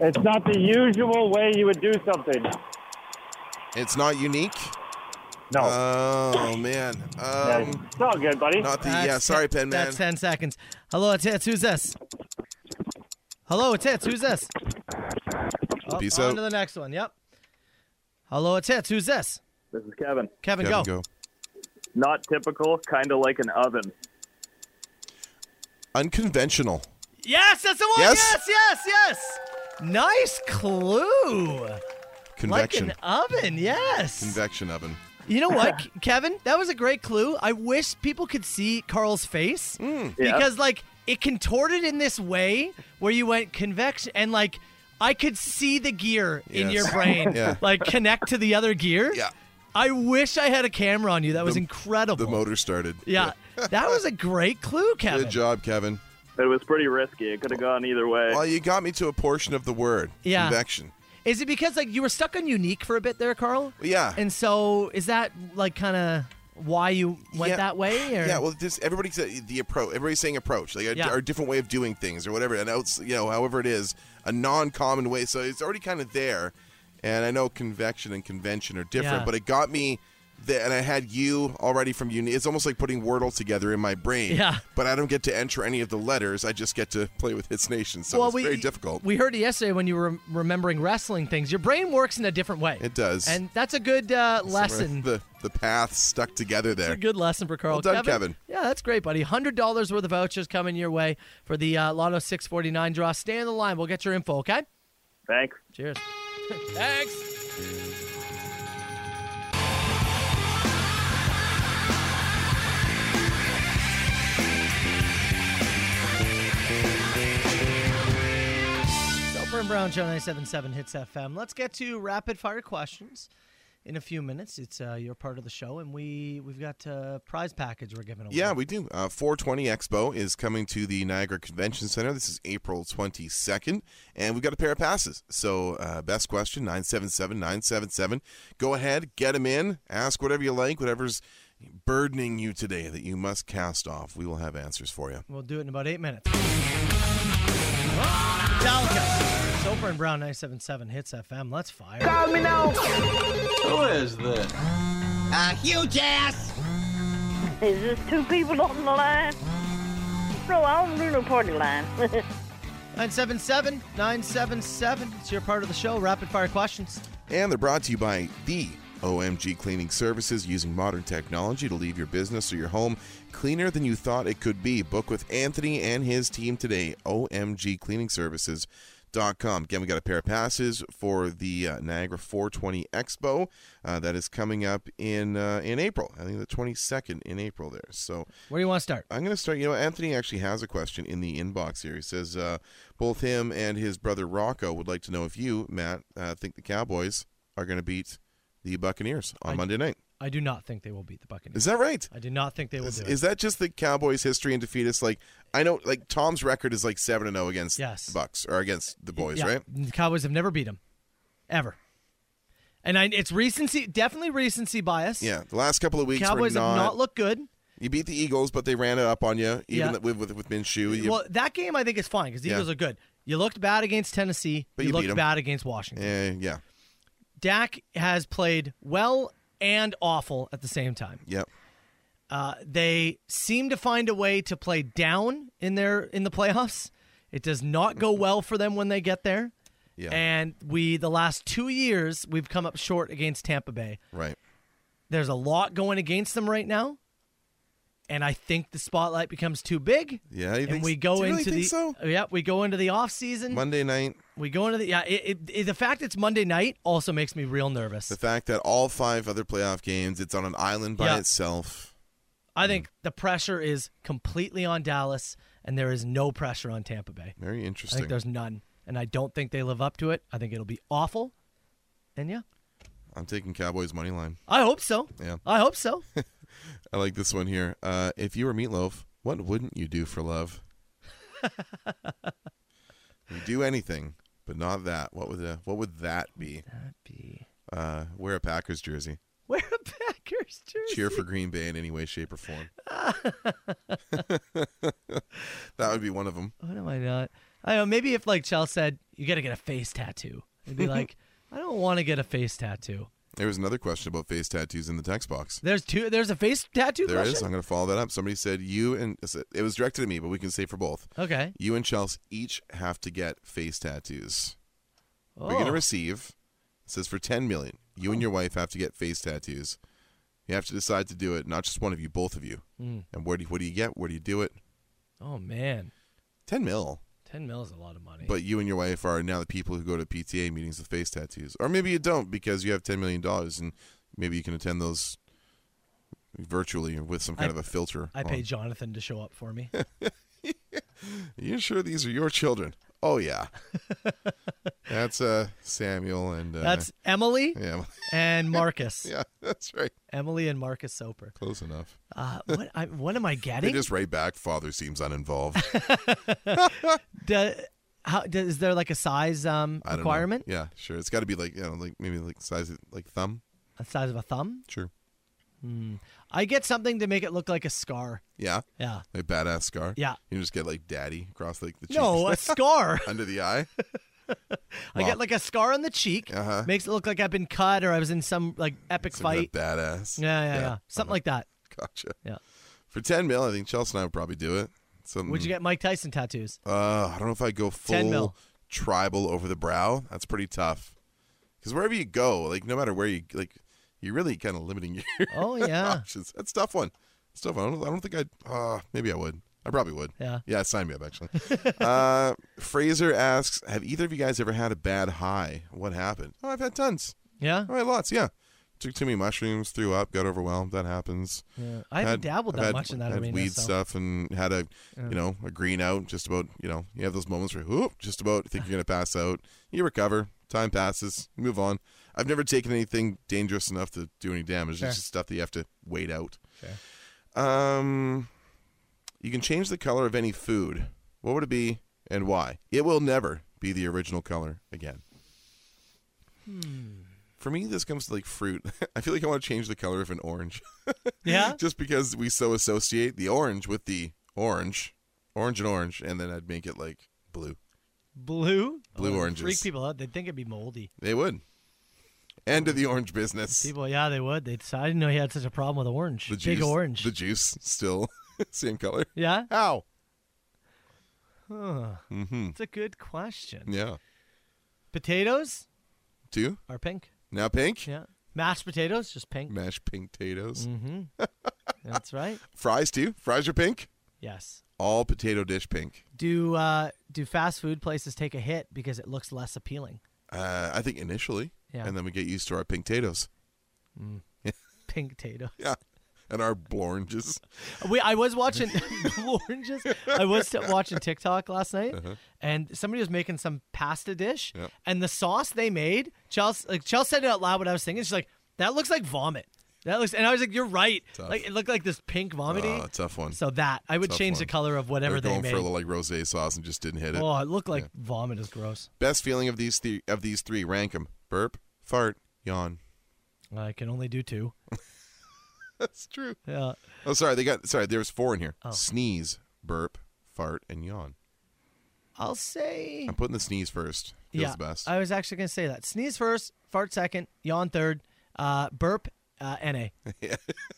S14: It's not the usual way you would do something.
S6: It's not unique.
S14: No.
S6: Oh man. Um,
S14: it's all good, buddy.
S6: Not the
S5: That's
S6: yeah. Sorry,
S5: ten-
S6: Penman. man.
S5: That's 10 seconds. Hello, it's Hits. Who's this? Hello, it's Hits. Who's this? Oh,
S6: Peace
S5: on
S6: out.
S5: to the next one. Yep. Hello, it's Hits. Who's this?
S15: This is Kevin.
S5: Kevin,
S6: Kevin,
S5: go.
S6: go.
S15: Not typical, kind of like an oven.
S6: Unconventional.
S5: Yes, that's the one.
S6: Yes?
S5: yes, yes. yes. Nice clue.
S6: Convection.
S5: Like an oven, yes.
S6: Convection oven.
S5: You know
S6: (laughs)
S5: what, Ke- Kevin? That was a great clue. I wish people could see Carl's face
S6: Hmm, Yeah.
S5: because, like, it contorted in this way where you went convection and, like, I could see the gear in
S6: Yes.
S5: your brain,
S6: (laughs) Yeah.
S5: like, connect to the other gear. Yeah. I wish I had a camera on you. That was incredible.
S6: The motor started.
S5: yeah. (laughs) that was a great clue, Kevin.
S6: Good job, Kevin.
S15: It was pretty risky. It could have gone either way.
S6: Well, you got me to a portion of the word.
S5: Yeah.
S6: Convection.
S5: Is it because, like, you were stuck on unique for a bit there, Carl?
S6: Yeah.
S5: And so is that, like, kind of why you went
S6: Yeah.
S5: that way? Or?
S6: Yeah, well, this everybody said the approach. Everybody's saying approach, like a,
S5: Yeah.
S6: or a different way of doing things, or whatever. And it's you know, however it is, a non-common way. So it's already kind of there. And I know convection and convention are different,
S16: Yeah.
S6: but it got me. The, and I had you already from uni. It's almost like putting Wordle together in my brain.
S5: Yeah.
S6: But I don't get to enter any of the letters. I just get to play with its nation. So
S5: Well,
S6: it's
S5: we- e
S6: very difficult.
S5: We heard it yesterday when you were rem- remembering wrestling things. Your brain works in a different way.
S6: it does.
S5: And that's a good uh,
S6: Somewhere
S5: lesson.
S6: The the paths stuck together
S5: That's
S6: there.
S5: a good lesson for Carl.
S6: Well done, Kevin.
S5: Yeah, that's great, buddy. Hundred dollars worth of vouchers coming your way for the uh, Lotto 649 draw. Stay on the line. We'll get your info. Okay.
S15: Thanks.
S5: Cheers. Thanks. Soper and Brown Show 977 Hits FM. Let's get to rapid fire questions in a few minutes. It's uh, your part of the show, and we we've got a prize package we're giving away.
S6: Yeah, we do. Uh, 420 Expo is coming to the Niagara Convention Center. This is April 22nd, and we've got a pair of passes. So, uh, best question 977 977. Go ahead, get them in, ask whatever you like, whatever's burdening you today that you must cast off. We will have answers for you.
S5: We'll do it in about eight minutes. Metallica. Soper and Brown 977 Hits FM. Let's fire.
S2: Call me now.
S5: Who is this?
S2: A huge ass.
S17: Is this two people on the line? No, I don't do no party line.
S5: 977 977. It's your part of the show. Rapid fire questions.
S6: And they're brought to you by the OMG Cleaning Services using modern technology to leave your business or your home cleaner than you thought it could be. Book with Anthony and his team today. OMG Cleaning Services. Again, we got a pair of passes for the uh, Niagara 420 Expo uh, that is coming up in uh, in April. I think the 22nd in April there. So
S5: where do you want to start?
S6: I'm going to start. You know, Anthony actually has a question in the inbox here. He says uh, both him and his brother Rocco would like to know if you, Matt, uh, think the Cowboys are going to beat the Buccaneers on
S5: I-
S6: Monday night.
S5: I do not think they will beat the Buccaneers.
S6: Is that right?
S5: I do not think they will
S6: Is,
S5: do
S6: is
S5: it.
S6: that just the Cowboys' history and defeat? It's like I know, like Tom's record is like seven and zero against
S5: Yes.
S6: the Bucks or against the boys,
S5: Yeah,
S6: right?
S5: The Cowboys have never beat them, ever. And I, it's recency, definitely recency bias.
S6: Yeah, the last couple of weeks
S5: Cowboys
S6: were not,
S5: have not looked good.
S6: You beat the Eagles, but they ran it up on you, even
S5: Yeah.
S6: th- with with, with Minshew. You,
S5: well, that game I think is fine because the
S6: Yeah.
S5: Eagles are good. You looked bad against Tennessee,
S6: But
S5: you,
S6: you beat
S5: looked
S6: 'em.
S5: bad against Washington.
S6: eh, yeah,
S5: Dak has played well and awful at the same time.
S6: yeah.
S5: Uh, they seem to find a way to play down in their in the playoffs. It does not go well for them when they get there.
S6: Mm-hmm. Yeah.
S5: And we the last two years we've come up short against Tampa Bay.
S6: Right.
S5: There's a lot going against them right now. And I think the spotlight becomes too big.
S6: Yeah, you
S5: and
S6: think
S5: we
S6: s-
S5: go
S6: do you really
S5: into
S6: think
S5: the Mm-hmm.
S6: so?
S5: yeah we go into the off season.
S6: Monday night.
S5: We go into the yeah. It, it, it- the fact it's Monday night also makes me real nervous.
S6: The fact that all five other playoff games, it's on an island by
S5: Yeah.
S6: itself.
S5: I
S6: mm.
S5: think the pressure is completely on Dallas, and there is no pressure on Tampa Bay.
S6: Very
S5: I
S6: interesting.
S5: think there's none, and I don't think they live up to it. I think it'll be awful, and yeah,
S6: I'm taking Cowboys money line.
S5: I hope so.
S6: Yeah.
S5: I hope so.
S6: I like this one here. Uh, if you were meatloaf, what wouldn't you do for
S5: (laughs)
S6: love? you do anything, but not that. What would the, what would that (laughs) be?
S5: that be?
S6: Uh, wear a Packers jersey.
S5: Wear a Packers jersey.
S6: Cheer for Green Bay in any way, shape, or
S5: (laughs)
S6: form. (laughs) that would be one of them.
S5: What am I not? I don't know. Maybe if like Chell said, you got to get a face tattoo.
S6: (laughs)
S5: I'd be like, I don't want to get a face tattoo.
S6: There was another question about face tattoos in the text box.
S5: There's two. There's a face tattoo.
S6: There
S5: question?
S6: is. I'm going to follow that up. Somebody said you and it was directed to me, but we can say for both.
S5: Okay.
S6: You and Chelsea each have to get face tattoos. We're going
S5: Oh.
S6: to receive. It says for 10 million. You and your wife have to get face tattoos. You have to decide to do it. Not just one of you, both of you.
S5: Mm.
S6: And where do you, what do you get? Where do you do it?
S5: Oh man,
S6: 10 mil.
S5: ten mil is a lot of money.
S6: But you and your wife are now the people who go to PTA meetings with face tattoos, or maybe you don't because you have ten million dollars, and maybe you can attend those virtually with some kind
S5: I-
S6: of a filter.
S5: I
S6: on.
S5: pay Jonathan to show up
S6: (laughs)
S5: for me.
S6: You sure these are your children? Oh
S5: (laughs)
S6: yeah, that's uh Samuel and uh,
S5: That's
S6: (laughs)
S5: Emily
S6: yeah,
S5: and Marcus.
S6: yeah, that's right.
S5: Emily and Marcus Soper.
S6: Close enough.
S5: Uh, what, I, what
S6: (laughs)
S5: am I
S6: They
S5: getting?
S6: just right back. Father seems
S5: (laughs)
S6: uninvolved.
S5: Do- how, do- is there like a size um,
S6: I don't know.
S5: requirement?
S6: Yeah, sure. It's got to be like you know, like maybe like size of- like thumb.
S5: A size of a thumb?
S6: Sure.
S5: Hmm. I get something to make it look like a scar.
S6: Yeah. (laughs)
S5: Yeah.
S6: Like badass scar.
S5: Yeah.
S6: You just get like daddy across like the cheek.
S5: No, a scar.
S6: (laughs) under the
S5: (laughs)
S6: eye.
S5: I get like a scar on the cheek.
S6: Uh-huh.
S5: Makes it look like I've been cut or I was in some like epic
S6: Some kind of Mm-hmm.
S5: fight.
S6: badass.
S5: Yeah, yeah, yeah. Something like that.
S6: Gotcha.
S5: Yeah.
S6: For ten mil, I think Chelsea and I would probably do it. Something.
S5: Would you get Mike Tyson tattoos?
S6: Uh, I don't know if I go
S5: 10 mil.
S6: full tribal over the brow. That's pretty tough. Because wherever you go, like no matter where you like, you're really kind of limiting (laughs) your
S5: Oh, yeah.
S6: (laughs) options. That's a tough one. That's a tough one. I don't, I don't think I'd. Uh, maybe I would. I probably would.
S5: Yeah.
S6: Yeah. Sign me up.
S5: (laughs)
S6: Actually. uh, Fraser asks, "Have either of you guys ever had a bad high? What happened? Oh, I've had tons.
S5: Yeah.
S6: All right, lots. Yeah. Took too many mushrooms, threw up, got overwhelmed. That happens.
S5: Yeah. I haven't dabbled
S6: I've
S5: that
S6: had-
S5: much in that
S6: had uh,
S5: arena,
S6: weed
S5: so-
S6: stuff and had a,
S5: Yeah.
S6: you know, a green out. Just about, you know, you have those moments where, whoop, just about think you're gonna pass out. You recover. Time passes. You move on. I've never taken anything dangerous enough to do any damage.
S5: Fair.
S6: It's just stuff that you have to wait out. Um, you can change the color of any food. What would it be and why? It will never be the original color again.
S5: Hmm.
S6: For me, this comes to like fruit. (laughs) I feel like I want to change the color of an orange.
S5: Yeah?
S6: Just because we so associate the orange with the orange, orange and orange, and then I'd make it like blue.
S5: Blue?
S6: Blue
S5: it'd
S6: oranges.
S5: Freak people out. They'd think it'd be moldy.
S6: They would. End of the orange business.
S5: People, yeah, they would. They'd, I didn't know he had such a problem with orange.
S6: The
S5: Big
S6: juice-
S5: orange.
S6: The juice still (laughs) same color.
S5: Yeah?
S6: How?
S5: Huh.
S6: Mm-hmm.
S5: That's a good question.
S6: Yeah.
S5: Potatoes
S6: Two.
S5: are pink.
S6: Now pink.
S5: Yeah. Mashed potatoes, just pink.
S6: Mashed pink potatoes.
S5: Mm-hmm. That's right.
S6: Fries too. Fries are pink.
S5: Yes.
S6: All potato dish pink.
S5: Do uh, do fast food places take a hit because it looks less appealing?
S6: Uh, I think initially.
S5: Yeah.
S6: And then we get used to our pink potatoes. (laughs)
S5: Pink potatoes.
S6: Yeah. And our oranges.
S5: (laughs) We, I was watching (laughs) oranges. I was t- watching TikTok last night,
S6: Uh-huh.
S5: and somebody was making some pasta dish,
S6: Yep.
S5: and the sauce they made, Chelsea, like Chelsea said it out loud when I was thinking. She's like, "That looks like vomit." That looks, and I was like, "You're right."
S6: Tough.
S5: Like it looked like this pink vomity.
S6: Oh, tough one.
S5: So that I would
S6: Tough
S5: change the
S6: one.
S5: color of whatever
S6: They're
S5: they
S6: going
S5: made.
S6: for a little like rosé sauce and just didn't hit it.
S5: oh, it looked like vomit is gross.
S6: Best feeling of these th- of these three. Rank them: burp, fart,
S5: (laughs)
S6: yawn.
S5: I can only do two.
S6: That's true.
S5: Yeah.
S6: Oh, sorry. They got sorry. There's four in here:
S5: Oh.
S6: sneeze, burp, fart, and yawn.
S5: I'll say.
S6: I'm putting the sneeze first. Feels
S5: yeah,
S6: the best.
S5: I was actually going to say that. Sneeze first, fart second, yawn third, uh, burp Uh, NA.
S6: yeah,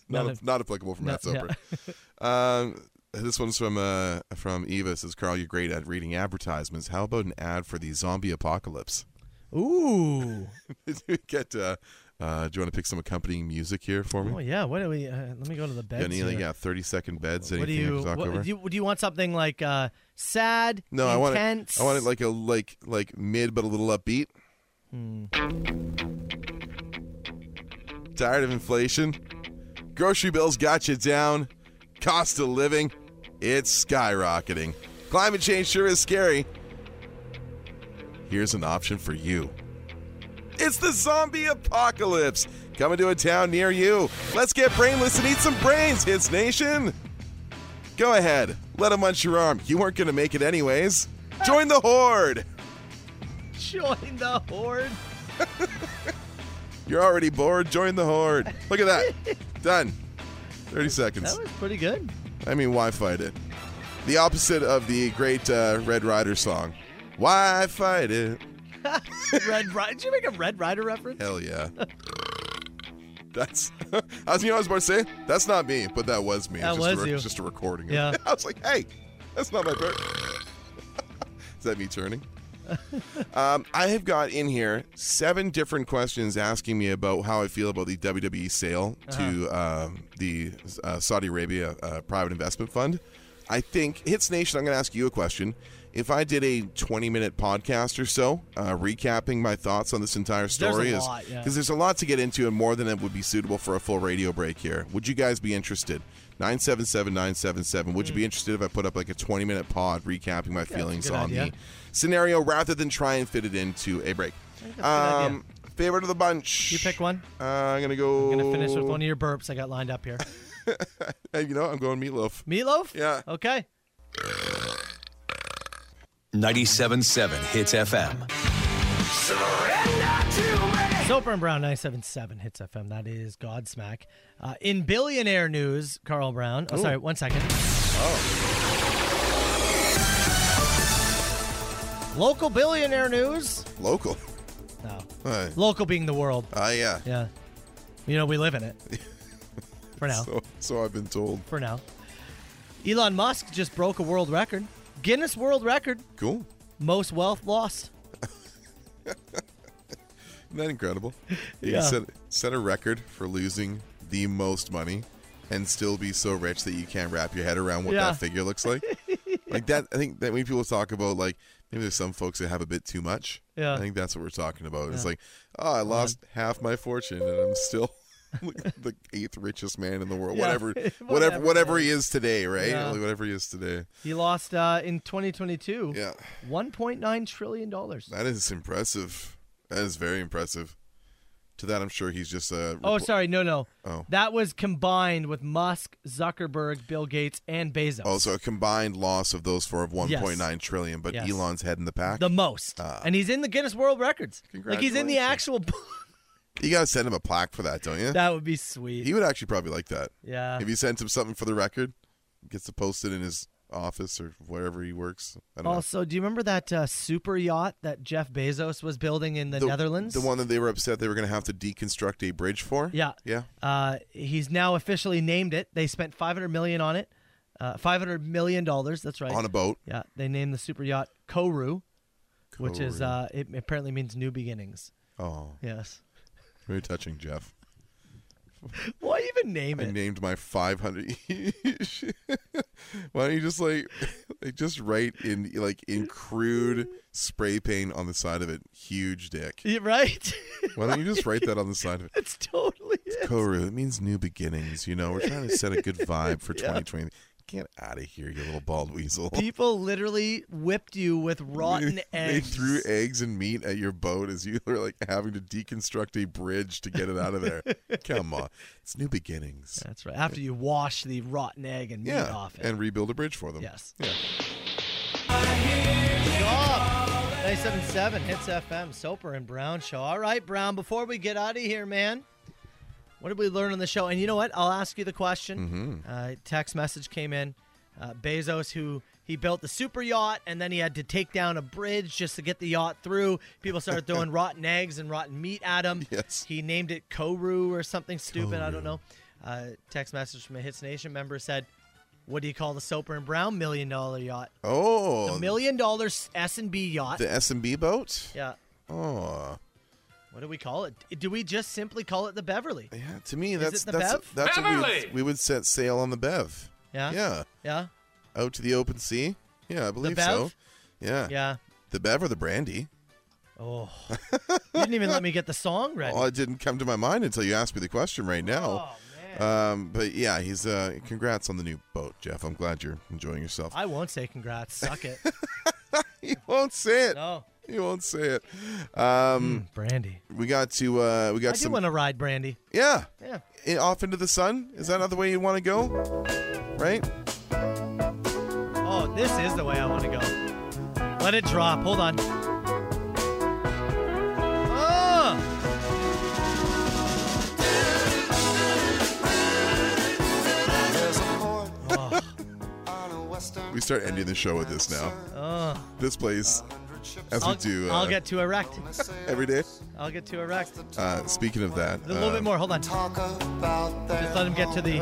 S6: not,
S5: None.
S6: not applicable for
S5: No,
S6: Matt
S5: yeah.
S6: Soper.
S5: (laughs)
S6: um, this one's from uh, from Eva. Says Carl, you're great at reading advertisements. How about an ad for the zombie apocalypse? (laughs)
S5: Ooh.
S6: We Get. Uh, uh, do you want to pick some accompanying music here for me?
S5: Oh yeah. What do we? Uh, let me go to
S6: You
S5: the beds.
S6: got any, like,
S5: here.
S6: yeah, thirty second beds. Anything
S5: uh, What do
S6: I
S5: you,
S6: can talk
S5: what,
S6: over?
S5: do you? Do you want something like uh, sad?
S6: no, I want it.
S5: intense?
S6: I want it like a like like mid but a little upbeat. Tired of inflation? Grocery bills got you down. Cost of living, it's skyrocketing. Climate change sure is scary. Here's an option for you. It's the zombie apocalypse coming to a town near you. Let's get brainless and eat some brains, Hits Nation. Go ahead, let him munch your arm. You weren't going to make it anyways. Join the horde.
S5: Join the horde.
S6: You're already bored. Join the horde. Look at that.
S5: (laughs)
S6: Done. 30 seconds.
S5: That was
S6: (laughs)
S5: pretty good.
S6: I mean, why fight it? The opposite of the great uh, Red Rider song. Why fight it?
S5: Red Rider. Did you make a Red Rider reference?
S6: Hell
S5: (laughs)
S6: yeah. That's. (laughs) I was, you know, I was about to say that's not me, but that was me. It's
S5: That
S6: just
S5: was
S6: a, re-
S5: you.
S6: Just a recording. of-
S5: Yeah.
S6: (laughs) I was like, hey, that's not my bird. (laughs) Is that me turning? um, I have got in here seven different questions asking me about how I feel about the WWE sale
S5: Uh-huh.
S6: to um, the uh, Saudi Arabia uh, private investment fund. I think Hits Nation. I'm going to ask you a question. If I did a 20 minute podcast or so, uh, recapping my thoughts on this entire
S5: a
S6: story, is-
S5: lot, yeah.
S6: there's a lot to get into and more than it would be suitable for a full radio break here. Would you guys be interested? 977 977. Would you be interested if I put up like a 20 minute pod recapping my
S5: Hmm. a
S6: feelings
S5: good
S6: on
S5: idea.
S6: the scenario rather than try and fit it into a break?
S5: think that's a good idea.
S6: Um, favorite of the bunch. You pick
S5: one.
S6: Uh, I'm going to go.
S5: I'm gonna finish
S6: Oh.
S5: with one of your burps I got lined up here.
S6: Hey, you know, I'm going meatloaf.
S5: Meatloaf.
S6: Yeah.
S5: Okay.
S4: 97.7 Hits FM.
S5: Soper and Brown 977 Hits FM. That is Godsmack. Uh, in billionaire news, Carl Brown. Oh,
S6: Ooh.
S5: sorry, one second.
S6: Oh.
S5: Local billionaire news.
S6: Local. (laughs)
S5: No.
S6: Uh,
S5: Local being the world.
S6: uh, yeah.
S5: Yeah. You know, we live
S6: (laughs)
S5: in it. For now.
S6: So, so I've been told.
S5: For now. Elon Musk just broke a world record. Guinness World Record.
S6: Cool.
S5: Most wealth lost.
S6: Isn't that incredible? You
S5: Yeah.
S6: can set, set a record for losing the most money and still be so rich that you can't wrap your head around what
S5: Yeah.
S6: that figure looks
S5: (laughs)
S6: like. Like that, I think that when people talk about like maybe there's some folks that have a bit too much.
S5: Yeah.
S6: I think that's what we're talking about. It's
S5: Yeah. Uh-huh.
S6: like, oh, I lost half my fortune and I'm still (laughs) like the eighth richest man in the world.
S5: Yeah.
S6: Whatever, whatever,
S5: (laughs) Whatever,
S6: whatever, he is today, right?
S5: Yeah.
S6: Like, whatever he is today.
S5: He lost uh, in 2022
S6: Yeah.
S5: $1.9 trillion. dollars.
S6: That is impressive. That is very impressive. To that, I'm sure he's just a.
S5: Oh, sorry. No, no.
S6: Oh.
S5: That was combined with Musk, Zuckerberg, Bill Gates, and Bezos.
S6: Also, Oh, a combined loss of those four of one
S5: Yes.
S6: point nine trillion, but
S5: Yes.
S6: Elon's head in the pack.
S5: the most.
S6: Ah.
S5: and he's in the Guinness World Records. Like he's in the
S6: Congratulations.
S5: actual book. (laughs)
S6: you gotta send him a plaque for that, don't you?
S5: That would be sweet.
S6: he would actually probably like that.
S5: Yeah.
S6: If you sent him something for the record, gets to post it in his office or wherever he works. I don't
S5: also, do you remember that uh, super yacht that Jeff Bezos was building in the,
S6: know. The
S5: Netherlands?
S6: The one that they were upset they were gonna have to deconstruct a bridge for.
S5: Yeah.
S6: Yeah.
S5: Uh, he's now officially named it. They spent 500 million on it. Uh, 500 million dollars. That's right.
S6: On a boat.
S5: Yeah. They named the super yacht Koru, which is
S6: Koru.
S5: uh, it apparently means new beginnings.
S6: Oh,
S5: Yes.
S6: very touching, Jeff.
S5: Why even name
S6: I
S5: it?
S6: named my 500. (laughs) Why don't you just like, like just write in like in crude spray paint on the side of it, huge dick.
S5: Yeah, right? (laughs)
S6: Why don't you just write that on the side of it?
S5: It's totally it.
S6: Koru, it means new beginnings. You know, we're trying to set a good vibe for
S5: Yeah.
S6: 2020. Get out of here, you little bald weasel.
S5: People literally whipped you with rotten
S6: (laughs) They- They
S5: eggs.
S6: threw eggs and meat at your boat as you were like having to deconstruct a bridge to get it out of
S5: (laughs)
S6: there. Come on, it's new beginnings.
S5: That's right. After you wash the rotten egg and meat
S6: Yeah,
S5: off it.
S6: and rebuild a bridge for them.
S5: Yes.
S6: Yeah.
S5: job. 977 Hits FM, Soper and Brown Show. All right, Brown, before we get out of here, man, what did we learn on the show? And you know what? I'll ask you the question. Uh, text message came in. Uh, Bezos, who He built the super yacht, and then he had to take down a bridge just to get the yacht through. People started throwing rotten eggs and rotten meat at him.
S6: Yes.
S5: He named it Koru or something stupid. I don't know. Uh, text message from a Hits Nation member said, "What do you call the Soper and Brown million dollar yacht?
S6: Oh,
S5: the million dollar S and B yacht.
S6: the S and B boat.
S5: yeah.
S6: Oh,
S5: What do we call it? Do we just simply call it the Beverly?
S6: Yeah. to me
S5: Is
S6: that's
S5: it the
S6: that's
S5: Bev?
S6: that's what we
S5: Beverly!
S6: would, we would set sail on the Bev.
S5: Yeah?
S6: Yeah.
S5: Yeah.
S6: Out to the open sea. Yeah, I believe so.
S5: Bev?
S6: Yeah. (laughs)
S5: Yeah.
S6: The Bev or the brandy?
S5: Oh, you didn't even let me get the song ready. Oh,
S6: Well, it didn't come to my mind until you asked me the question right now. Um, but yeah, he's uh, congrats on the new boat, Jeff. I'm glad you're enjoying yourself. (laughs)
S5: I won't say congrats. Suck it.
S6: you won't say it.
S5: No. Mm,
S6: You won't say it. Um,
S5: brandy.
S6: We got to uh, we
S5: Hmm. I
S6: got
S5: do
S6: some.
S5: want to ride Brandy.
S6: yeah.
S5: Yeah.
S6: I- off into the sun. Is that another way you want to go? Right.
S5: Oh, this is the way I want to go. Let it drop. Hold on. Oh!
S6: We start ending the show with this now.
S5: Oh.
S6: This plays as
S5: I'll,
S6: we do. Uh,
S5: I'll get too erect.
S6: every day.
S5: I'll get too erect.
S6: Uh, speaking of that,
S5: A little
S6: uh,
S5: bit more. Hold on. Just let him get to the.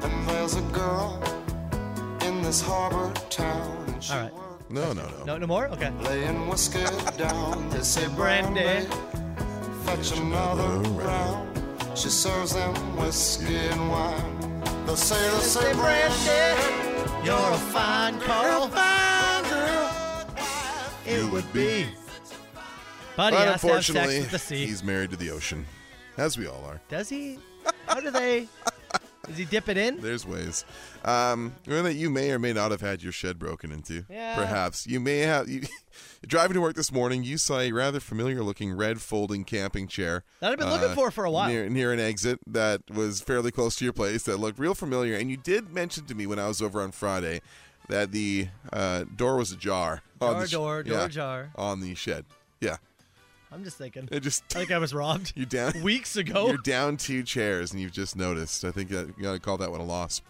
S16: And there's a girl in this harbor town.
S5: All right.
S6: No, no, no.
S5: No, no more. Okay.
S16: Laying
S5: (laughs)
S16: whiskey down. They say brandy. Fetch another round. She serves them whiskey and wine. The sailors say brandy.
S5: You're a fine girl.
S16: Fine girl.
S5: It would be.
S6: But
S5: Buddy has to have sex
S6: unfortunately,
S5: with the sea.
S6: he's married to the ocean, as we all are.
S5: Does he? How do they? Does he dip it in?
S6: There's ways. Um, remember that you may or may not have had your shed broken into.
S5: Yeah.
S6: Perhaps you may have. You, (laughs) driving to work this morning, you saw a rather familiar-looking red folding camping chair uh,
S5: That I've been looking for for a while.
S6: near, near an exit that was fairly close to your place that looked real familiar. And you did mention to me when I was over on Friday that the uh, door was ajar. on
S5: Door,
S6: the sh-
S5: door, door
S6: yeah,
S5: ajar.
S6: on the shed. Yeah.
S5: I'm just thinking.
S6: It just (laughs)
S5: I think I was robbed.
S6: You're down
S5: weeks ago.
S6: You're down two chairs, and you've just noticed. I think that, you gotta call that one a loss.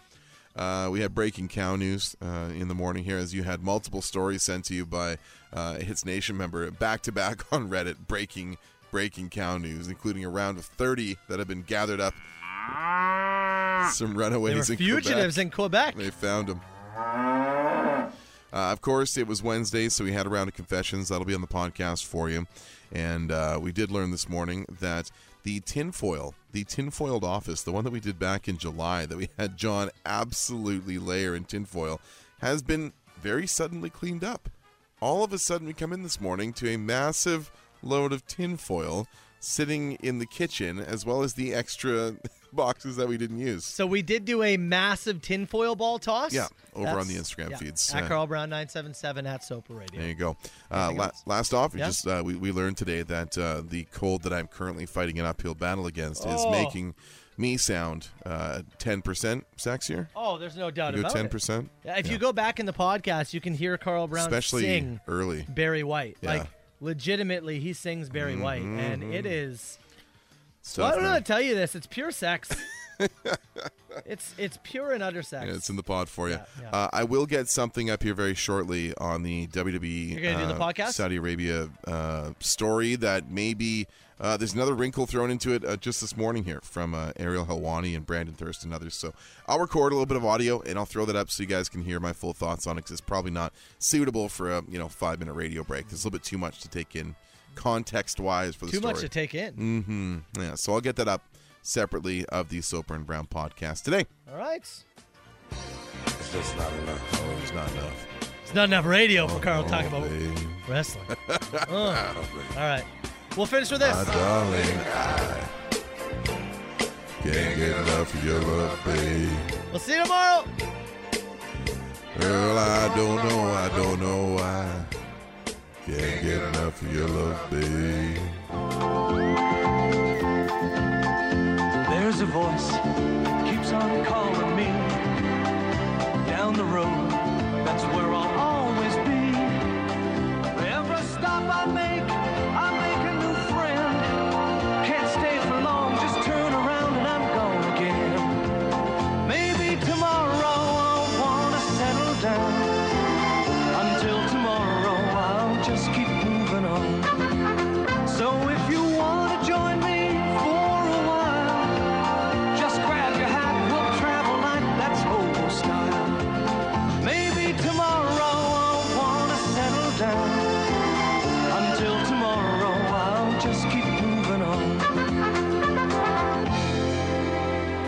S6: Uh, we had breaking cow news uh, in the morning here, as you had multiple stories sent to you by uh, a Hits Nation member back to back on Reddit, breaking breaking cow news, including a round of 30 that have been gathered up. Some
S5: They were
S6: runaways in
S5: fugitives in Quebec.
S6: They found them. Uh, of course, it was Wednesday, so we had a round of confessions. That'll be on the podcast for you. And uh, we did learn this morning that the tinfoil, the tinfoiled office, the one that we did back in July, that we had John absolutely layer in tinfoil, has been very suddenly cleaned up. All of a sudden, we come in this morning to a massive load of tinfoil sitting in the kitchen, as well as the extra (laughs) boxes that we didn't use.
S5: So we did do a massive tinfoil ball toss.
S6: Yeah, over on the Instagram feeds.
S5: At
S6: Yeah.
S5: Carl Brown nine seven seven at Soper Radio.
S6: There you go. Uh, la- last off, we
S5: Yeah?
S6: just uh, we, we learned today that uh, the cold that I'm currently fighting an uphill battle against is
S5: Oh.
S6: making me sound uh, 10% sexier.
S5: Oh, there's no doubt
S6: You go
S5: about
S6: 10%?
S5: it. If
S6: Yeah.
S5: you go back in the podcast, you can hear Carl Brown
S6: Especially
S5: sing
S6: early.
S5: Barry White.
S6: Yeah.
S5: Like legitimately, he sings Barry White, and it is.
S6: It's
S5: Well, I
S6: tough,
S5: don't know how
S6: man.
S5: to tell you this. It's
S6: (laughs)
S5: pure sex. it's it's pure and under sex.
S6: Yeah, it's in the pod for you.
S5: yeah.
S6: Uh, I will get something up here very shortly on the WWE
S5: You're gonna do the
S6: uh,
S5: podcast?
S6: Saudi Arabia uh, story that maybe uh, there's another wrinkle thrown into it uh, just this morning here from uh, Ariel Helwani and Brandon Thurst and others. So I'll record a little bit of audio and I'll throw that up so you guys can hear my full thoughts on it because it's probably not suitable for a you know five minute radio break. There's a little bit too much to take in context wise for the
S5: Too
S6: story.
S5: much to take in.
S6: hmm Yeah, so I'll get that up separately of the Soper and Brown podcast today.
S5: All right.
S6: It's just not enough. Oh, it's not enough.
S5: It's not enough radio for Carl to talk
S6: Oh,
S5: about
S6: babe. (laughs)
S5: wrestling. Ugh. All right. We'll finish with this.
S6: My darling, I can't get enough of your love, babe.
S5: We'll see you tomorrow.
S6: Girl, I don't know, I don't know why. Can't get enough of your love, babe.
S18: There's a voice keeps on calling me down the road. That's where I'll always be. Every stop I make, I make a new friend. Can't stay for long, just turn around and I'm gone again. Maybe tomorrow I'll wanna settle down.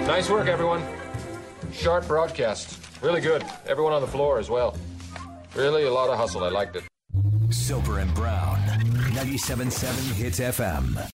S19: Nice work, everyone. Sharp broadcast. Really good. Everyone on the floor as well. Really a lot of hustle. I liked it.
S4: Sober and Brown, 97.7 Hits FM.